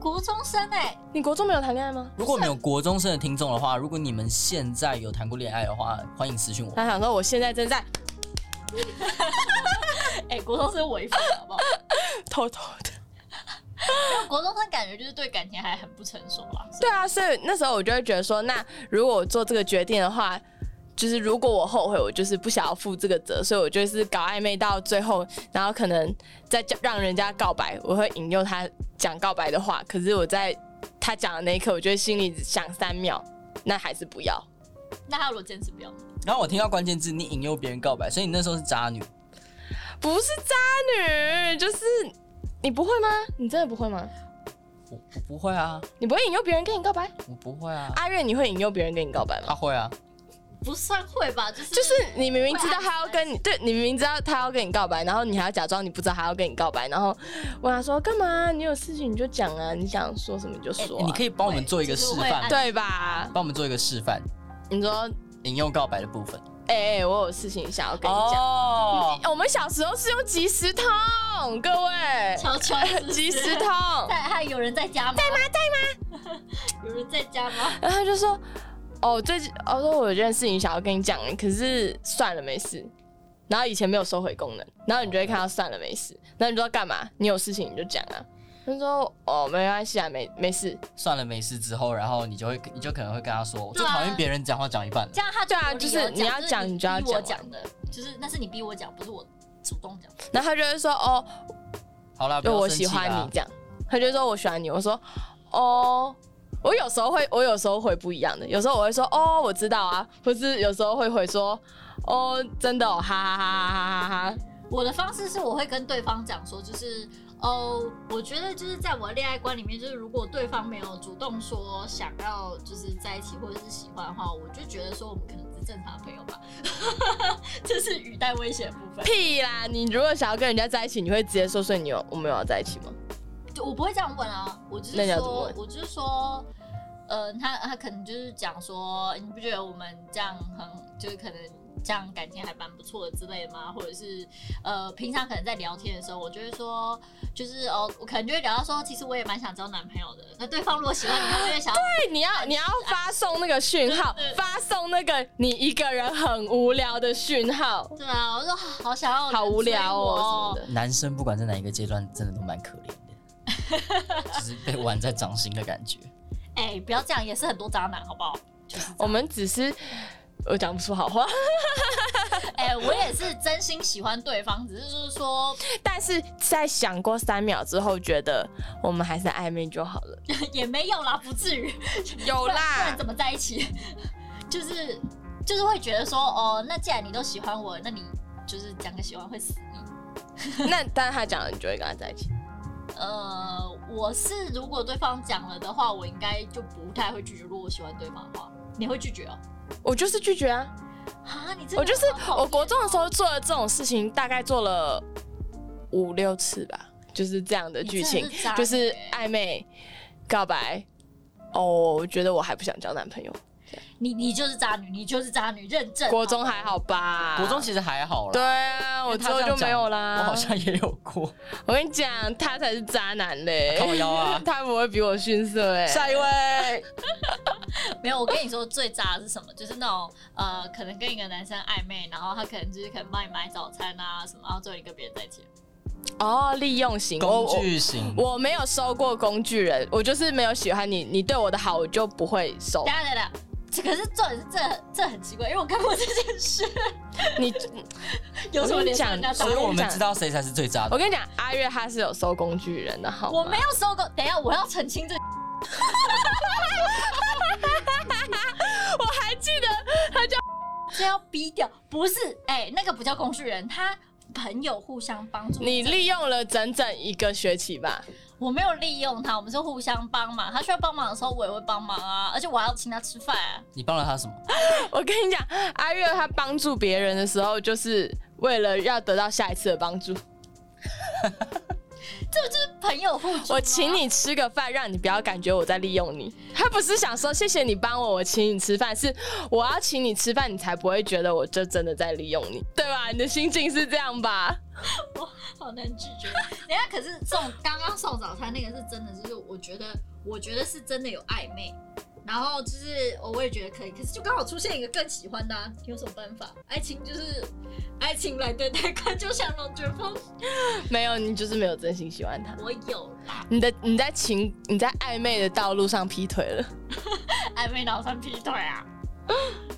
Speaker 2: 国中生哎、
Speaker 1: 你国中没有谈恋爱吗？
Speaker 3: 如果我们有国中生的听众的话，如果你们现在有谈过恋爱的话，欢迎私信我。
Speaker 1: 他想说我现在正在
Speaker 2: 哎、国中生违法好不好？
Speaker 1: 偷偷的。
Speaker 2: 国中生感觉就是对感情还很不成熟啦。
Speaker 1: 对啊，所以那时候我就会觉得说，那如果我做这个决定的话，就是如果我后悔，我就是不想要负这个责，所以我就是搞暧昧到最后，然后可能再叫让人家告白，我会引诱他讲告白的话，可是我在他讲的那一刻，我就会心里想三秒，那还是不要。
Speaker 2: 那他如果坚持不要，
Speaker 3: 然后我听到关键字，你引诱别人告白，所以你那时候是渣女。
Speaker 1: 不是渣女，就是你不会吗？你真的不会吗？
Speaker 3: 我我不会啊，
Speaker 1: 你不会引诱别人跟你告白？
Speaker 3: 我不会啊，
Speaker 1: 阿月，你会引诱别人跟你告白吗？
Speaker 3: 他会啊，
Speaker 2: 不算会吧？就是
Speaker 1: 就是你明明知道他要跟你，对你明明知道他要跟你告白，然后你还要假装你不知道他要跟你告白，然后问他说干嘛？你有事情你就讲啊，你想说什么你就说、啊
Speaker 3: 欸你可
Speaker 1: 以
Speaker 3: 以帮我们做一个
Speaker 2: 对
Speaker 3: 示
Speaker 2: 就是会
Speaker 3: 范
Speaker 2: 按
Speaker 3: 吗，
Speaker 1: 对吧？
Speaker 3: 帮我们做一个示范，
Speaker 1: 你说，
Speaker 3: 引诱告白的部分。
Speaker 1: 哎、哎、我有事情想要跟你 讲。哎
Speaker 3: 哦，
Speaker 1: 我们小时候是用即时通，各位，
Speaker 2: 悄悄
Speaker 1: 即时通，
Speaker 2: 在还有人在家吗？在吗？在 吗？有人在家吗？
Speaker 1: 然后他就说，哦，最近，哦，说我有件事情想要跟你讲，可是算了，没事。然后以前没有收回功能，然后你就会看到算了没事，然后你就说干嘛？你有事情你就讲啊。他就说哦没关系啊，没没事。
Speaker 3: 算了，没事之后，然后你就会你就可能会跟他说，我最
Speaker 2: 对啊
Speaker 3: 讨厌别人讲话讲一半了
Speaker 2: 这。样他
Speaker 1: 对啊
Speaker 2: 有理由
Speaker 1: 就是你要
Speaker 2: 讲，
Speaker 1: 讲
Speaker 2: 你
Speaker 1: 你就要
Speaker 2: 逼我
Speaker 1: 讲
Speaker 2: 讲的，就是那是你逼我讲，不是我主动讲。
Speaker 1: 然后他就会说哦，
Speaker 3: 好啦，不
Speaker 1: 就
Speaker 3: 要
Speaker 1: 我
Speaker 3: 生
Speaker 1: 喜
Speaker 3: 气
Speaker 1: 欢
Speaker 3: 啦
Speaker 1: 你这样。他就说我喜欢你，我说哦。我有时候会，我有时候会不一样的。有时候我会说哦，我知道啊，或是有时候会回说哦，真的哦，哈哈哈哈哈哈哈。
Speaker 2: 我的方式是我会跟对方讲说，就是哦，我觉得就是在我的恋爱观里面，就是如果对方没有主动说想要就是在一起或者是喜欢的话，我就觉得说我们可能是正常的朋友吧。 这是语带威胁的部分，
Speaker 1: 屁啦！你如果想要跟人家在一起，你会直接说，所以你有我们有要在一起吗？
Speaker 2: 就我不会这样问啊，我就
Speaker 1: 那你
Speaker 2: 是
Speaker 1: 要怎么
Speaker 2: 说
Speaker 1: 问，
Speaker 2: 我就是说。呃，他他可能就是讲说，你不觉得我们这样很，就是可能这样感情还蛮不错的之类的吗？或者是呃，平常可能在聊天的时候，我就会说，就是哦，我可能就会聊到说，其实我也蛮想交男朋友的。那对方如果喜欢你，他就会想
Speaker 1: 对，
Speaker 2: 要，
Speaker 1: 哎你要你要发送那个讯号
Speaker 2: 对对，
Speaker 1: 发送那个你一个人很无聊的讯号，
Speaker 2: 对啊，我说好想要有人
Speaker 1: 好无聊
Speaker 2: 追我
Speaker 1: 哦什么的。
Speaker 3: 男生不管在哪一个阶段，真的都蛮可怜的， 就是被玩在掌心的感觉。
Speaker 2: 哎、不要这样，也是很多渣男，好不好？
Speaker 1: 我们只是我讲不出好话，
Speaker 2: 哎、我也是真心喜欢对方，只是就是说
Speaker 1: 但是在想过三秒之后，觉得我们还是暧昧就好了。
Speaker 2: 也没有啦，不至于。
Speaker 1: 有
Speaker 2: 不然不 然，怎么在一起？ 就是就是会觉得说，哦，那既然你都喜欢我，那你就是讲个喜欢会死你。
Speaker 1: 那但是他讲了，你就会跟他在一起。
Speaker 2: 呃，我是如果对方讲了的话，我应该就不太会拒绝。如果我喜欢对方的话，你会拒绝哦？
Speaker 1: 我就是拒绝啊！
Speaker 2: 啊，你这
Speaker 1: 我就是我国中的时候做了这种事情，大概做了五六次吧，就是这样的剧情
Speaker 2: 你真的是渣，女
Speaker 1: 就是
Speaker 2: 欸
Speaker 1: 暧昧、告白。哦，我觉得我还不想交男朋友。
Speaker 2: 你你就是渣女，你就是渣女，认证。
Speaker 1: 国中还好吧？
Speaker 3: 国中其实还好啦，
Speaker 1: 对啊，
Speaker 3: 因
Speaker 1: 我
Speaker 3: 为
Speaker 1: 之
Speaker 3: 他
Speaker 1: 后
Speaker 3: 这样
Speaker 1: 就没有
Speaker 3: 讲
Speaker 1: 啦。
Speaker 3: 我好像也有 过。
Speaker 1: 我跟你讲，他才是渣男嘞。
Speaker 3: 靠腰啊
Speaker 1: 他不会比我逊色哎。
Speaker 3: 下一位，
Speaker 2: 没有，我跟你说最渣的是什么？就是那种呃，可能跟一个男生暧昧，然后他可能就是可能帮你买早餐啊什么，然后最后你跟别人在一起。
Speaker 1: 哦，利用型
Speaker 3: 工。
Speaker 1: 我我
Speaker 3: 具型，
Speaker 1: 我没有收过工具人，我就是没有喜欢你，你对我的好我就不会收
Speaker 2: 等一。下等一下，这可是重点是这这很奇怪，因为我干过这件事，
Speaker 1: 你，
Speaker 2: 有什么脸
Speaker 1: 我
Speaker 2: 上
Speaker 1: 跟你讲
Speaker 2: 人家渣
Speaker 3: 所以
Speaker 2: 女？
Speaker 3: 我们知道谁才是最渣
Speaker 1: 我
Speaker 3: 的。
Speaker 1: 跟你讲，阿月他是有收工具人的，好吗
Speaker 2: 我没。有收过。等一下，我要澄清这。
Speaker 1: 我还记得，
Speaker 2: 这要逼掉，不是？哎、那个不叫工具人，他朋友互相帮助。
Speaker 1: 你利用了整整一个学期吧。
Speaker 2: 我没有利用他，我们是互相帮忙。他需要帮忙的时候，我也会帮忙啊，而且我还要请他吃饭、啊。
Speaker 3: 你帮了他什么？
Speaker 1: 我跟你讲，阿月他帮助别人的时候，就是为了要得到下一次的帮助。
Speaker 2: 这不就是朋友互助吗
Speaker 1: 我请你吃个饭，让你不要感觉我在利用你。他不是想说谢谢你帮我，我请你吃饭，是我要请你吃饭，你才不会觉得我就真的在利用你，对吧？你的心境是这样吧？
Speaker 2: 好难拒绝。 等一下，可是送刚刚送早餐那个是真的，就是我觉得，我觉得是真的有暧昧。然后就是哦我也觉得可以，可是就刚好出现一个更喜欢的、啊，有什么办法？爱情就是爱情来对待看，就像龙卷风，
Speaker 1: 没有，你就是没有真心喜欢他。
Speaker 2: 我有啦，
Speaker 1: 你的你在情你在暧昧的道路上劈腿了，
Speaker 2: 暧昧脑算劈腿啊！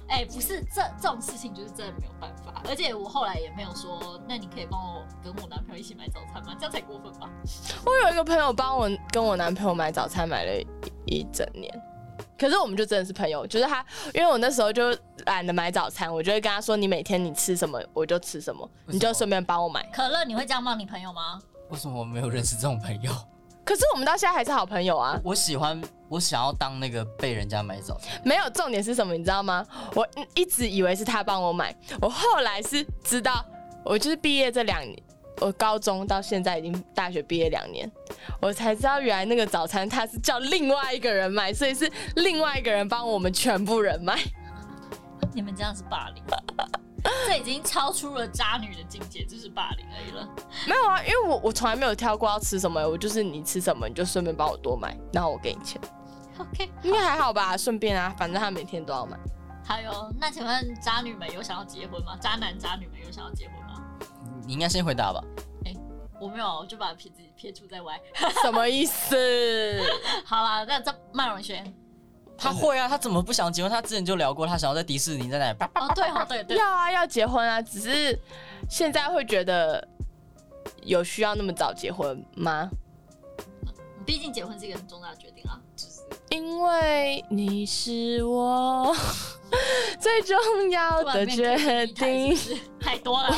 Speaker 2: 哎、不是这这种事情就是真的没有办法，而且我后来也没有说，那你可以帮我跟我男朋友一起买早餐吗？这样才过分吧？
Speaker 1: 我有一个朋友帮我跟我男朋友买早餐，买了一一整年。可是我们就真的是朋友，就是他，因为我那时候就懒得买早餐，我就会跟他说：“你每天你吃什么，我就吃什么，
Speaker 3: 为什么
Speaker 1: 你就顺便帮我买。
Speaker 2: 可乐，你会这样帮你朋友吗？
Speaker 3: 为什么我没有认识这种朋友？”
Speaker 1: 可是我们到现在还是好朋友啊。
Speaker 3: 我喜欢，我想要当那个被人家买早餐。
Speaker 1: 没有重点是什么，你知道吗？我一直以为是他帮我买，我后来是知道，我就是毕业这两年，我高中到现在已经大学毕业两年，我才知道原来那个早餐他是叫另外一个人买，所以是另外一个人帮我们全部人买。
Speaker 2: 你们这样是霸凌， 这已经超出了渣女的境界，就是霸凌而已了。
Speaker 1: 没有啊，因为我我从来没有挑过要吃什么，我就是你吃什么你就顺便帮我多买，然后我给你钱，
Speaker 2: OK，
Speaker 1: 应该还好吧？顺便啊，反正他每天都要买。
Speaker 2: 还有，那请问渣女们有想要结婚吗？渣男渣女们有想要结婚吗？
Speaker 3: 你你应该先回答吧。
Speaker 2: 我没有，我就把撇子撇除在外。
Speaker 1: 什么意思？
Speaker 2: 好啦，那这麦荣轩，
Speaker 3: 他会啊，他怎么不想结婚？他之前就聊过，他想要在迪士尼在那里啪
Speaker 2: 哦对哦对对，
Speaker 1: 要啊，要结婚啊，只是现在会觉得有需要那么早结婚吗？
Speaker 2: 毕竟结婚是一个很重大的决定啊，就是
Speaker 1: 因为你是我 最重要
Speaker 2: 突
Speaker 1: 的
Speaker 2: 然
Speaker 1: 决
Speaker 2: 变
Speaker 1: 定。
Speaker 2: 是不是太多了，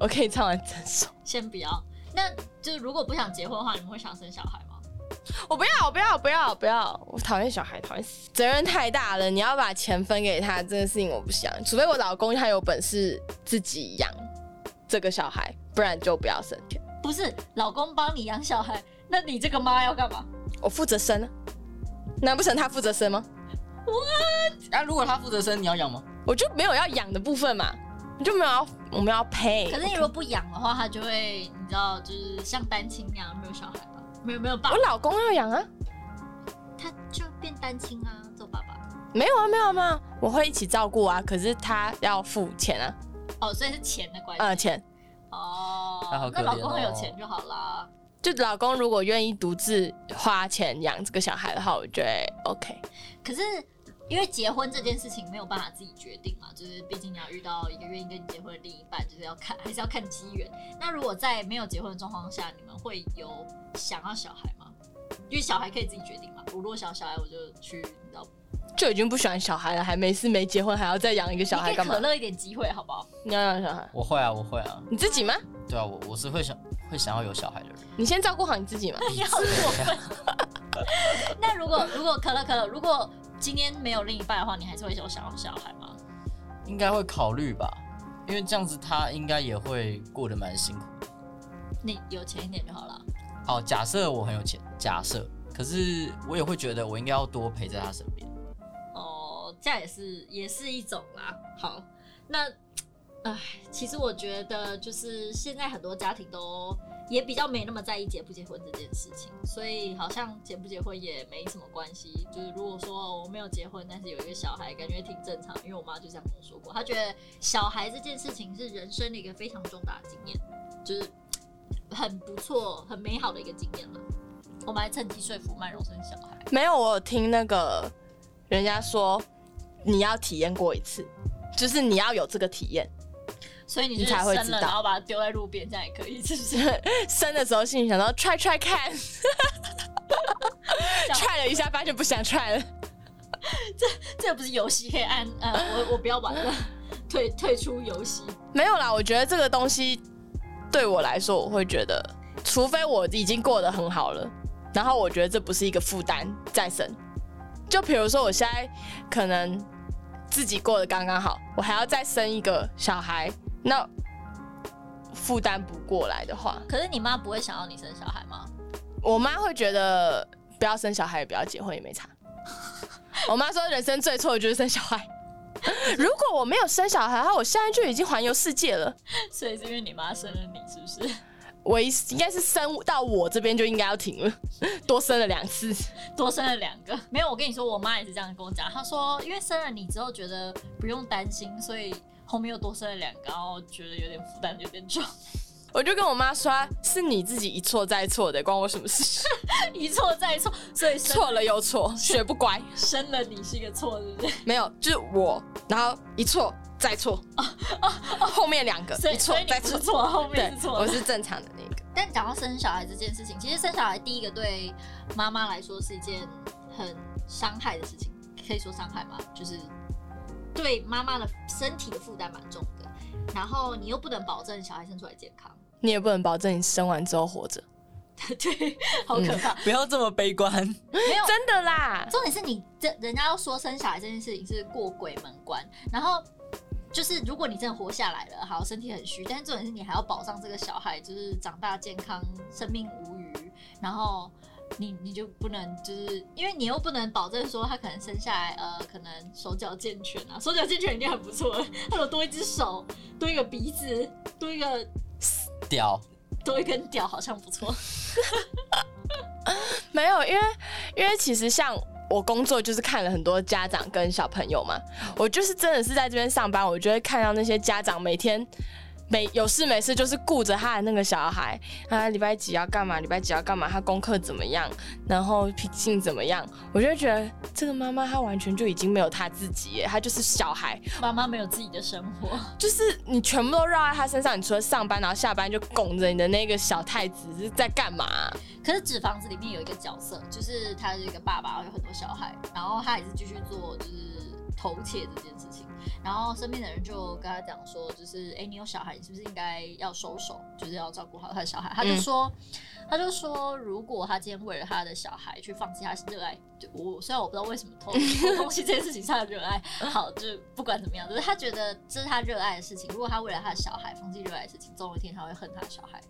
Speaker 1: 我可以唱完整首。
Speaker 2: 先不要。那就是如果不想结婚的话，你们会想生小孩吗？
Speaker 1: 我不要，我不要，我不要，我不要！我讨厌小孩，讨厌死。责任太大了，你要把钱分给他，这个事情我不想。除非我老公他有本事自己养这个小孩，不然就不要生。
Speaker 2: 不是，老公帮你养小孩，那你这个妈要干嘛？
Speaker 1: 我负责生啊，难不成他负责生吗？
Speaker 3: 啊，如果他负责生，你要养吗？
Speaker 1: 我就没有要养的部分嘛，我就没有要我们要 pay。
Speaker 2: 可是你如果不养的话，他就会你知道，就是像单亲那样没有小孩吧？没有没有爸
Speaker 1: 我，老公要养啊，
Speaker 2: 他就变单亲啊，做爸爸。
Speaker 1: 没有啊，没有啊，没有啊，我会一起照顾啊，可是他要付钱啊，
Speaker 2: 哦，所以是钱的关系。
Speaker 1: 呃，钱。
Speaker 2: 哦，
Speaker 3: 他好可
Speaker 2: 那
Speaker 3: 怜哦
Speaker 2: 老公很有钱就好啦。
Speaker 1: 就老公如果愿意独自花钱养这个小孩的话，我觉得 OK。
Speaker 2: 可是因为结婚这件事情没有办法自己决定嘛，就是毕竟你要遇到一个愿意跟你结婚的另一半，就是要看还是要看机缘。那如果在没有结婚的状况下，你们会有想要小孩吗？因为小孩可以自己决定嘛。我如果想要小孩，我就去，你知道，
Speaker 1: 就已经不喜欢小孩了，还没事没结婚还要再养一个小孩
Speaker 2: 你给
Speaker 1: 干嘛
Speaker 2: 可？乐一点机会好不好？
Speaker 1: 你要养小孩？
Speaker 3: 我会啊，我会啊，
Speaker 1: 你自己吗？
Speaker 3: 对啊，我我是会想会想要有小孩 的人。
Speaker 1: 你先照顾好你自己嘛。
Speaker 2: 要过分。那如果如果可乐可乐，如果今天没有另一半的话，你还是会有想要小孩吗？
Speaker 3: 应该会考虑吧，因为这样子他应该也会过得蛮辛苦。
Speaker 2: 你有钱一点就好了。
Speaker 3: 好，假设我很有钱，假设，可是我也会觉得我应该要多陪在他身边。
Speaker 2: 哦，这样也是也是一种啦。好，那唉，其实我觉得就是现在很多家庭都也比较没那么在意结不结婚这件事情，所以好像结不结婚也没什么关系。就是如果说我没有结婚，但是有一个小孩，感觉挺正常，因为我妈就这样跟我说过，她觉得小孩这件事情是人生的一个非常重大的经验，就是很不错、很美好的一个经验了。我们还趁机说服曼荣生小孩。
Speaker 1: 没有，我有听那个人家说，你要体验过一次，就是你要有这个体验。
Speaker 2: 所以你
Speaker 1: 你
Speaker 2: 就是
Speaker 1: 才会
Speaker 2: 生
Speaker 1: 知
Speaker 2: 了，
Speaker 1: 道
Speaker 2: 然后把它丢在路边，这样也可以， 是不是？
Speaker 1: 生的时候心里想说 try try 看
Speaker 2: 这样
Speaker 1: ，try 了一下发现不想 try 了。
Speaker 2: 这不是游戏可以按，呃，我我不要玩了， 退退出游戏。
Speaker 1: 没有啦，我觉得这个东西对我来说，我会觉得，除非我已经过得很好了，然后我觉得这不是一个负担再生。就比如说我现在可能自己过得刚刚好，我还要再生一个小孩，那负担不过来的话，
Speaker 2: 可是你妈不会想要你生小孩吗？
Speaker 1: 我妈会觉得不要生小孩，也不要结婚也没差。我妈说人生最错的就是生小孩。如果我没有生小孩的话，我现在就已经环游世界了。
Speaker 2: 所以是因为你妈生了你，是不是？
Speaker 1: 我一应该是生到我这边就应该要停了，多生了两次。
Speaker 2: 多生了两个？没有，我跟你说，我妈也是这样跟我讲，她说因为生了你之后觉得不用担心，所以后面又多生了两个，然后觉得有点负担有点重，
Speaker 1: 我就跟我妈说，啊是你自己一错再错的，关我什么事？
Speaker 2: 一错再错，所以生
Speaker 1: 错了又错，学不乖。
Speaker 2: 生了你是一个错，是不是？
Speaker 1: 没有，就是我，然后一错再错，后面两个
Speaker 2: 所
Speaker 1: 一
Speaker 2: 以
Speaker 1: 错
Speaker 2: 所以你
Speaker 1: 再
Speaker 2: 不是
Speaker 1: 错，
Speaker 2: 错，后
Speaker 1: 对
Speaker 2: 面是，错
Speaker 1: 我
Speaker 2: 的。
Speaker 1: 是正常的那个。
Speaker 2: 但讲到生小孩这件事情，其实生小孩第一个对妈妈来说是一件很伤害的事情，可以说伤害吗？就是对妈妈的身体的负担蛮重的，然后你又不能保证小孩生出来健康，
Speaker 1: 你也不能保证你生完之后活着，
Speaker 2: 对，好可怕。
Speaker 3: 不要这么悲观，
Speaker 2: 没有，
Speaker 1: 真的啦。
Speaker 2: 重点是你这人家要说生小孩这件事情是过鬼门关，然后就是如果你真的活下来了，好身体很虚，但是重点是你还要保障这个小孩就是长大健康，生命无虞，然后。你你就不能就是因为你又不能保证说他可能生下来呃可能手脚健全啊，手脚健全一定很不错了， 他有多一只手，多一个鼻子，多一个
Speaker 3: 屌，
Speaker 2: 多一根屌，好像不错。
Speaker 1: 没有，因为因为其实像我工作就是看了很多家长跟小朋友嘛，我就是真的是在这边上班，我就会看到那些家长每天。没有事没事，就是顾着他的那个小孩，他礼拜几要干嘛，礼拜几要干嘛，他功课怎么样，然后脾性怎么样，我就会觉得这个妈妈她完全就已经没有她自己耶，她就是小孩，
Speaker 2: 妈妈没有自己的生活，
Speaker 1: 就是你全部都绕在她身上，你除了上班，然后下班就拱着你的那个小太子是在干嘛、
Speaker 2: 可是《纸房子》里面有一个角色，就是他是一个爸爸，有很多小孩，然后他也是继续做就是偷窃这件事情。然后身边的人就跟他讲说，就是哎、诶你有小孩，你是不是应该要收手，就是要照顾好他的小孩？他就说，
Speaker 1: 嗯
Speaker 2: 他就说，如果他今天为了他的小孩去放弃他热爱，就我虽然我不知道为什么偷偷东西这件事情是他的热爱，好，就是不管怎么样，就是他觉得这是他热爱的事情。如果他为了他的小孩放弃热爱的事情，总有一天他会恨他的小孩。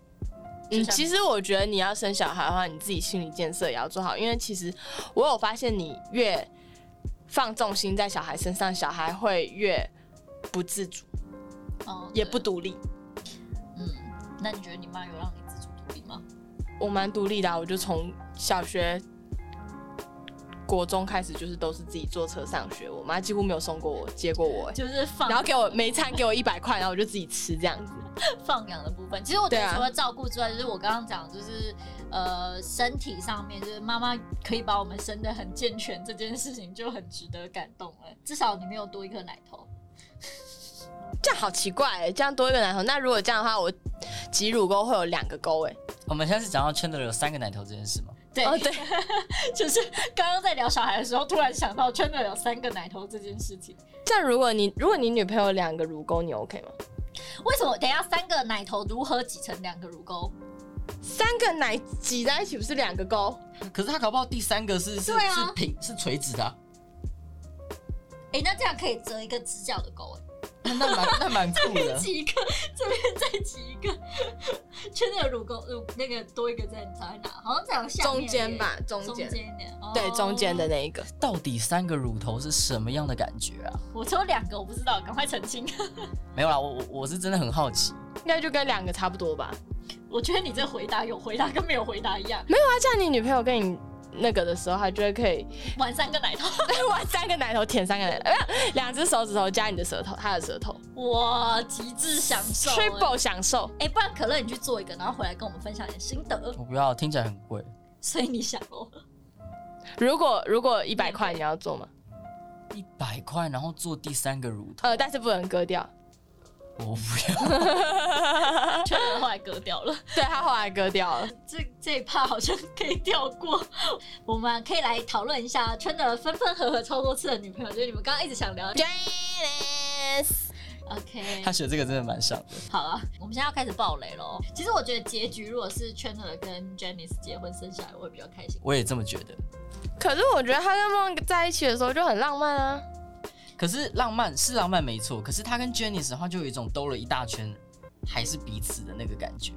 Speaker 2: 就
Speaker 1: 嗯，
Speaker 2: 像
Speaker 1: 其实我觉得你要生小孩的话，你自己心理建设也要做好，因为其实我有发现，你越放重心在小孩身上，小孩会越不自主，
Speaker 2: 嗯，
Speaker 1: 也
Speaker 2: 对
Speaker 1: 不独立。
Speaker 2: 嗯，那你觉得你妈有让你自主独立 吗？
Speaker 1: 我蛮独立的啊、我就从小学、国中开始，就是都是自己坐车上学，我妈几乎没有送过我、接过我、欸
Speaker 2: 就是放
Speaker 1: 然后给我每餐给我一百块，然后我就自己吃这样子。
Speaker 2: 放养的部分，其实我觉
Speaker 1: 对
Speaker 2: 得
Speaker 1: 啊
Speaker 2: 除了照顾之外，就是我刚刚讲，就是呃身体上面，就是妈妈可以把我们生的很健全这件事情就很值得感动了。至少你没有多一颗奶头，
Speaker 1: 这样好奇怪、欸，这样多一个男头。那如果这样的话，我挤乳沟会有两个沟哎、
Speaker 3: 我们现在是讲到 Chandler 有三个奶头这件事吗？
Speaker 2: 对，
Speaker 1: 哦对，
Speaker 2: 就是刚刚在聊小孩的时候，突然想到真的有三个奶头这件事情。
Speaker 1: 这样如果你如果你女朋友有两个乳沟，你 OK 吗？
Speaker 2: 为什么？等一下三个奶头如何挤成两个乳沟？
Speaker 1: 三个奶挤在一起不是两个沟？
Speaker 3: 可是他搞不好第三个是是、
Speaker 2: 嗯对啊
Speaker 3: 是平是垂直的啊、
Speaker 2: 哎、那这样可以折一个直角的勾、欸，
Speaker 3: 那那蛮那蛮 酷的。
Speaker 2: 挤一个，这边再挤一个，圈的乳沟乳那个多一个在藏在哪？好像在我下面
Speaker 1: 中间吧
Speaker 2: 耶
Speaker 1: 中
Speaker 2: 中
Speaker 1: 间
Speaker 2: 间一点，哦
Speaker 1: 对，中间的。那一个。
Speaker 3: 到底三个乳头是什么样的感觉啊？
Speaker 2: 我只有两个，我不知道，赶快澄清。
Speaker 3: 没有啦，我我我是真的很好奇。
Speaker 1: 应该就跟两个差不多吧。
Speaker 2: 我觉得你这回答有回答跟没有回答一样，
Speaker 1: 那这样你女朋友跟你那个的时候，她就会可以
Speaker 2: 玩三个奶头。
Speaker 1: 玩三个奶头，舔三个奶头，没有两只手指头加你的舌头，她的舌头
Speaker 2: 哇，极致享受欸、
Speaker 1: ，triple 享受。
Speaker 2: 哎、不然可乐你去做一个，然后回来跟我们分享你的心得。
Speaker 3: 我不要，听起来很贵。
Speaker 2: 所以你想哦，
Speaker 1: 如果如果一百块你要做吗？
Speaker 3: 一百块，然后做第三个乳头，
Speaker 1: 呃，但是不能割掉。
Speaker 3: 我不 要。
Speaker 1: 啊
Speaker 2: 圈人后来割掉了，
Speaker 1: 对她后来割掉了。
Speaker 2: 这这一趴好像可以跳过。我们可以来讨论一下圈的分分合合超多次的女朋友，就是你们刚刚一直想聊。
Speaker 1: Janice，
Speaker 2: OK，
Speaker 3: 他学这个真的蛮像的。
Speaker 2: 好啊，我们现在要开始爆雷喽。其实我觉得结局如果是圈的跟 Janice 结婚生小孩，我会比较开心。
Speaker 3: 我也这么觉得。
Speaker 1: 可是我觉得她跟梦在一起的时候就很浪漫啊。
Speaker 3: 可是浪漫是浪漫没错，可是他跟 Jenny 的话就有一种兜了一大圈，还是彼此的那个感觉。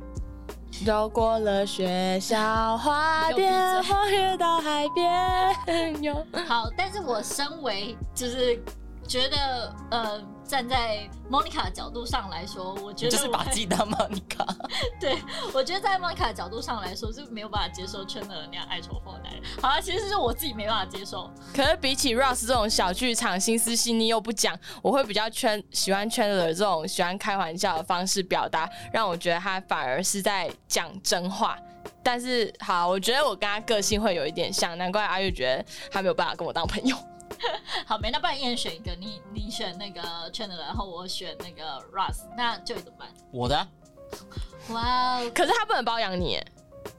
Speaker 1: 绕过了学校花
Speaker 2: 你给我
Speaker 1: 店，
Speaker 2: 闭
Speaker 1: 跨越到海边，有
Speaker 3: 嗯
Speaker 2: 好，但是我身为就是觉得呃，站在 Monica 的角度上来说，我觉
Speaker 3: 你
Speaker 2: 得
Speaker 3: 就 是把
Speaker 2: 我
Speaker 3: 自己当莫妮卡，
Speaker 2: 我觉得在 Monica 的角度上来说是没有办法接受圈的那样爱仇后代。好啊，其实是我自己没办法接受。
Speaker 1: 可是比起 Ross 这种小剧场心思细腻又不讲，我会比较圈喜欢 Chandler 这种喜欢开玩笑的方式表达，让我觉得他反而是在讲真话。但是好，我觉得我跟他个性会有一点像，难怪阿月觉得他没有办法跟我当朋友。
Speaker 2: 好，没，那不然一人选一个，你你选那个圈的人，然后我选那个 Russ，那就怎么办？
Speaker 3: 我的啊、
Speaker 2: 哇哦，
Speaker 1: 可是他不能包养你耶，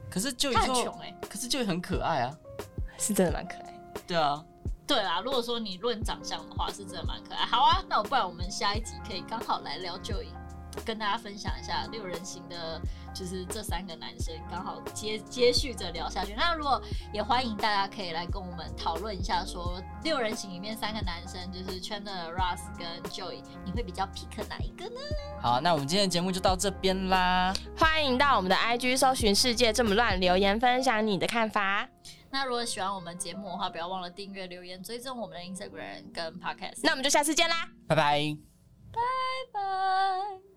Speaker 3: 可是就
Speaker 2: 他很
Speaker 3: 就
Speaker 2: 穷哎、
Speaker 3: 可是就很可爱啊。
Speaker 1: 是真的蛮可爱的。
Speaker 3: 对啊，
Speaker 2: 对啦，如果说你论长相的话，是真的蛮可爱。好啊，那我不然我们下一集可以刚好来聊 Joey，跟大家分享一下六人行的，就是这三个男生刚好接接续着聊下去。那如果也欢迎大家可以来跟我们讨论一下说，六人行里面三个男生就是 Chandler、Ross 跟 Joey，你会比较 pick 哪一个呢？
Speaker 3: 好，那我们今天的节目就到这边啦。
Speaker 1: 欢迎到我们的 IG 搜寻“世界这么乱”，留言分享你的看法。
Speaker 2: 那如果喜欢我们节目的话，不要忘了订阅、留言、追踪我们的 Instagram 跟 Podcast。
Speaker 1: 那我们就下次见啦。
Speaker 3: 拜拜。
Speaker 2: 拜拜。